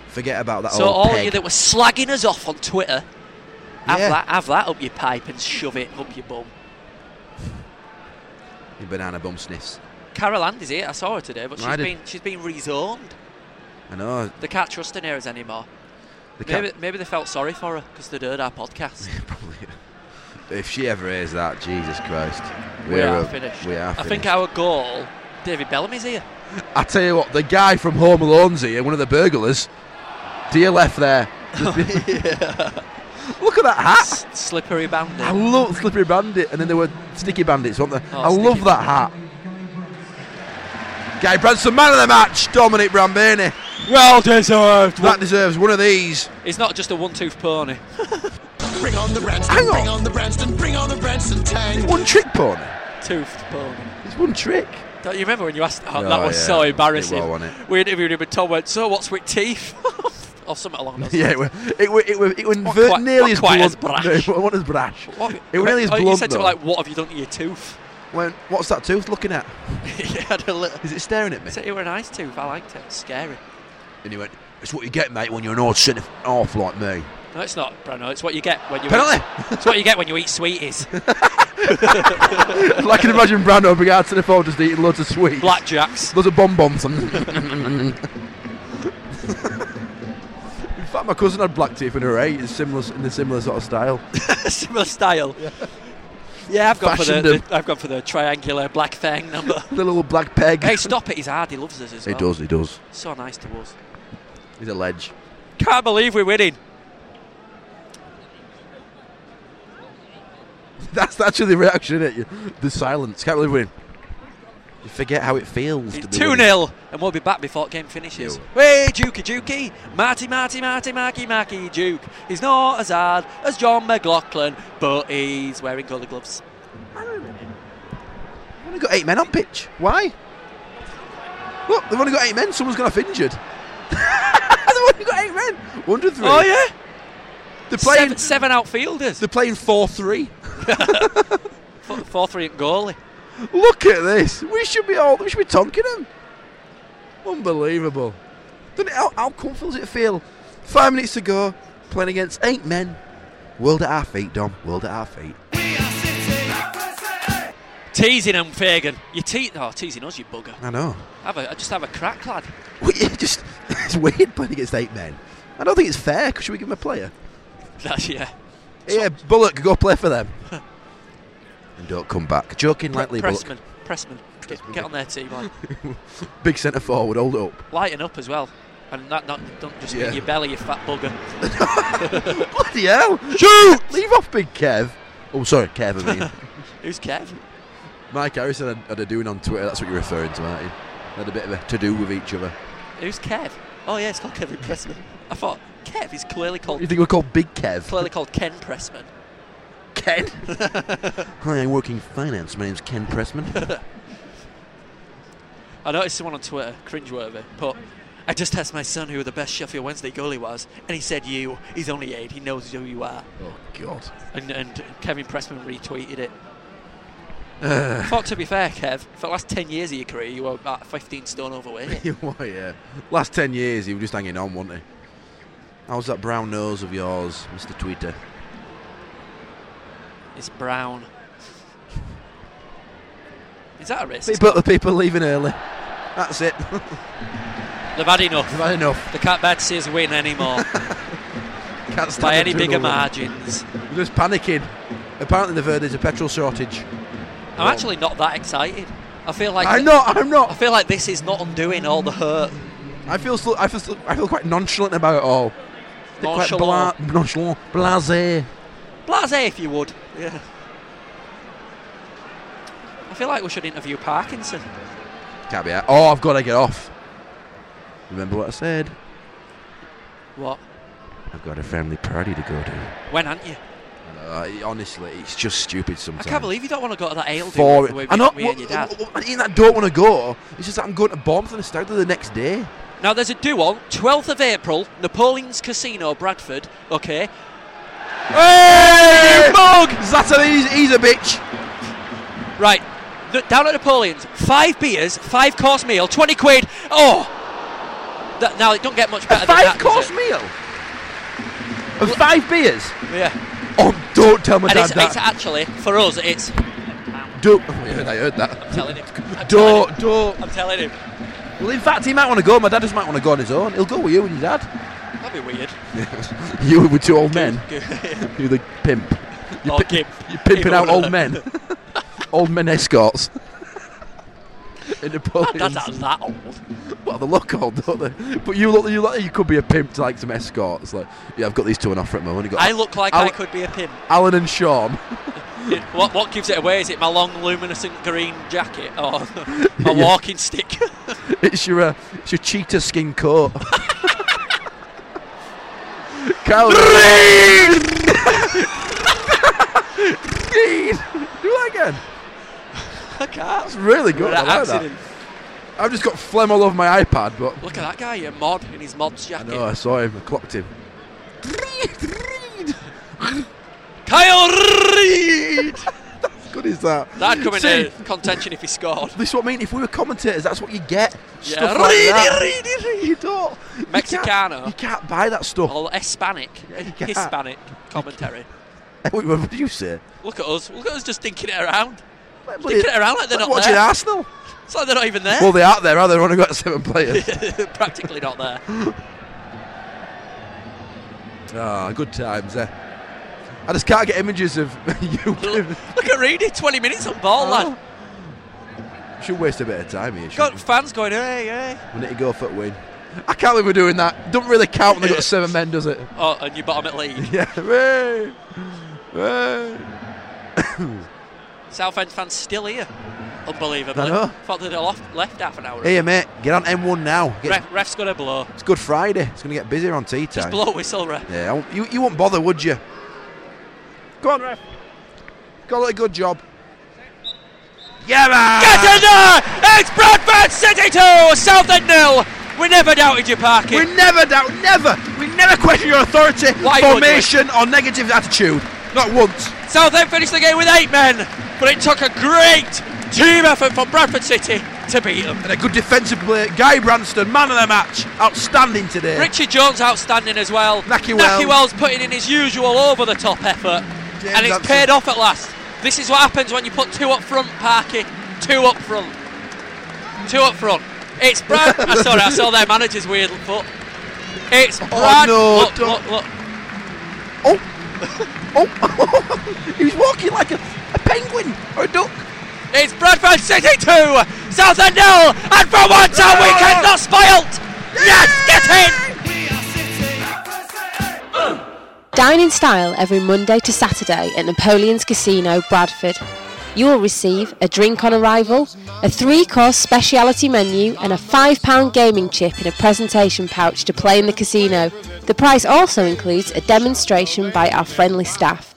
forget about that So old all Oh, peg. you that were slagging us off on Twitter, have Yeah. that, have that up your pipe and shove it up your bum. Your banana bum sniffs. Carol Land is here. I saw her today, but she's I did. been she's been rezoned. I know. They can't trust her near us anymore. They can't- Maybe, maybe they felt sorry for her because they'd heard our podcast. If she ever hears that, Jesus Christ. we We're are up. finished. We are I finished. think our goal, David Bellamy's here. I tell you what, the guy from Home Alone's here, one of the burglars, to your left there. Look at that hat. Slippery bandit. I love Slippery Bandit, and then there were Sticky Bandits, weren't there? Oh, I Sticky love that hat. Guy Branson, man of the match, Dominic Brambini. Well deserved. That deserves one of these. It's not just a one-tooth pony. Bring on the Branston, bring on the Branston, bring on the Branston tang. One trick pony. Toothed pony. It's one trick. Don't you remember when you asked? Oh, Oh, that was yeah. so It was embarrassing. well, wasn't We interviewed him and Tom went, "So what's with teeth?" or something along those Yeah, it lines. were, it were, it were, it were quite- not nearly as quite blunt. as brash. No, it wasn't as brash. What- It were nearly as oh, You blunt, said to him though. like, "What have you done to your tooth?" Went, what's that tooth looking at? he had a little. Is it staring at me? Said it were a nice tooth. I liked it. Scary. And he went, it's what you get, mate, when you're an odd centre off like me. No, it's not, Bruno. It's what you get when you Penalty! Eat, it's what you get when you eat sweeties. I can imagine Brando being out to the phone just eating loads of sweets. Blackjacks. Loads of bonbons. In fact, my cousin had black teeth in her eight, in similar in a similar sort of style. Similar style. Yeah, I've gone for the, Fashioned 'em. the- I've gone for the triangular black fang number. Little old black peg. hey, stop it! He's hard. He loves us as He well. does, he does. So nice to us. He's a ledge. Can't believe we're winning. That's actually the reaction, isn't it? The silence. Can't believe we're in. You forget how it feels. to be 2 winning. 0, and we'll be back before the game finishes. Hey, Dukey Dukey, Marty Marty Marty Marky Marky Duke. He's not as hard as John McLaughlin, but he's wearing colour gloves. They've only got eight men on pitch. Why? Look, they've only got eight men. Someone's gone off injured. they've only got eight men. 103. Oh, yeah. They're playing, seven, seven outfielders. they're playing 4 3. 4 3 and goalie. Look at this. We should be all. We should be tonking them. Unbelievable. Doesn't it, how, how comfortable does it feel? Five minutes to go, playing against eight men. World at our feet, Dom. World at our feet. Teasing him, Fagan. You te- oh, teasing us, you bugger. I know. Have a, just have a crack, lad. We- it just it's weird playing against eight men. I don't think it's fair. Should we give him a player? That's, yeah. Yeah, Bullock, go play for them. and don't come back. Joking lightly, but Pressman, Pressman, get, get on their team, man. big centre forward, hold up. Lighten up as well, and that not don't just Yeah. mean your belly, you fat bugger. Bloody hell! Shoot! Leave off, big Kev. Oh, sorry, Kev. I mean, Who's Kev? Mike Harrison had, had a doing on Twitter. That's what you're referring to, Martin. Had a bit of a to do with each other. Who's Kev? Oh yeah, it's called Kevin Pressman. I thought Kev is clearly called You think we're called Big Kev? clearly called Ken Pressman. Ken? Hi, I work in finance. My name's Ken Pressman. I noticed someone on Twitter, cringeworthy, put, I just asked my son who the best Sheffield Wednesday goalie was, and he said you. He's only eight, he knows who you are. Oh, God. And, and Kevin Pressman retweeted it. Uh. Thought to be fair, Kev, for the last 10 years of your career, you were about 15 stone overweight. Why, yeah. Last 10 years, he was just hanging on, wasn't he? How's that brown nose of yours, Mr. Tweeter? it's brown. Is that a risk? People, the people leaving early. That's it. They've had enough. They've had enough. They can't bet Sears win anymore. Can't stand By it any to bigger another. margins. We're Just panicking. Apparently, they've heard there's a petrol shortage. I'm actually not that excited. I feel like I'm not. I'm not. I feel like this is not undoing all the hurt. I feel. Sl- I feel. Sl- I feel quite nonchalant about it all. They're quite bla- Nonchalant. nonchalant, blasé. Blasé, if you would. Yeah. I feel like we should interview Parkinson. Can't be. Out. Oh, I've got to get off. Remember what I said? What? I've got a family party to go to. When aren't you? Uh, honestly, it's just stupid I sometimes. can't believe you don't want to go to that ale deal Boring. with I me, know. me and your dad. well, well, I mean, I don't want to go. It's just that I'm going to Bournemouth and Stag do the next day. Now there's a do on 12th of April, Napoleon's Casino, Bradford. Okay. Hey, mug! Zlatan, he's, he's a bitch. Right. The- down at Napoleon's, five beers, five course meal, 20 quid. Oh! That, now it don't get much better than that. does five-course it? meal? And five beers. Yeah. Oh, don't tell my and dad it's, that. it's actually, for us, it's. Don't. Oh, yeah, I heard that. I'm telling him. I'm telling Don't, him. don't. I'm telling him. Well, in fact, he might want to go. My dad just might want to go on his own. He'll go with you and your dad. That'd be weird. you with two old men. Good. You're the pimp. You're, Or gimp. you're pimping Either out one of old them. men. old men escorts. In My Napoleon's. dad's not that old. Well, they look old, don't they? But you look, you look, you could be a pimp to like some escorts. Like, yeah, I've got these two on offer at the moment. I've got I look like Al- I could be a pimp. Alan and Sean. Yeah, What, what gives it away? Is it my long, luminescent green jacket or Yeah. a walking stick? it's your, uh, it's your cheetah skin coat. Carl. Reed! Do that again. I can't. That's really good. That I like that. accident. I've just got phlegm all over my iPad, but Look at that guy, a mod in his mod's jacket. no, I saw him. I clocked him. Kyle Reed! Good is that? That'd come See, into contention if he scored. This is what I mean. If we were commentators, that's what you get. Yeah, Stuff like Reedy, that. Reedy, You don't. Mexicano You can't buy that stuff. or Hispanic. eh, can't. Hispanic commentary. What, what did you say? Look at us. Look at us just dinking it around. bloody- Dinking it around like they're like not watching there. Arsenal. It's like they're not even there. Well, they are there, are they? They've only got seven players. Practically not there. Ah, good times there. I just can't get images of you. Look at Reedy, 20 minutes on Oh. ball, lad. Should waste a bit of time here. shouldn't Got fans going, hey, hey. we? We need to go for a win. I can't believe we're doing that. Don't really count when they've got seven men, does it? Oh, and you bottom at league. Yeah. Hey. Hey. Southend fans still here. Unbelievable. I know. Thought they'd have left, left half an hour Here, ago. mate, get on M1 now. Get- Ref, ref's going to blow. It's Good Friday. It's going to get busier on tea time. Just blow a whistle, ref. Yeah, I won't- you, you won't bother, would you? Go on, ref. Call it a good job. Yeah, man! Get in there! It's Bradford City 2, Southend nil. We never doubted you, Parky. We never doubt, never, we never question your authority, Why would we? formation, or negative attitude. Not once. Southend finished the game with eight men, but it took a great team effort from Bradford City to beat them. And a good defensive play. Guy Branston, man of the match. Outstanding today. Richard Jones outstanding as well. Naki Naki Wells. Wells putting in his usual over the top effort, and it's Hampson. paid off at last. This is what happens when you put two up front, Parky. Two up front. Two up front. It's Brad. I saw it, I saw their manager's weird foot. It's Brad. Oh, no, look, look, look. don't. Oh! oh! he was walking like a, a penguin or a duck. It's Bradford City 2, Southend 0, and for once our weekend's not spoilt! Yes, get in! Dine in style every Monday to Saturday at Napoleon's Casino, Bradford. You will receive a drink on arrival, a three course speciality menu, and a £5 gaming chip in a presentation pouch to play in the casino. The price also includes a demonstration by our friendly staff.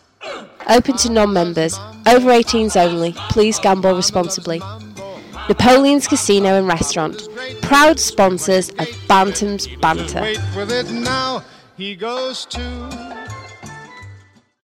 Open to non members, over 18s only, please gamble responsibly. Napoleon's Casino and Restaurant, proud sponsors of Bantam's Banter. Wait with it now. He goes to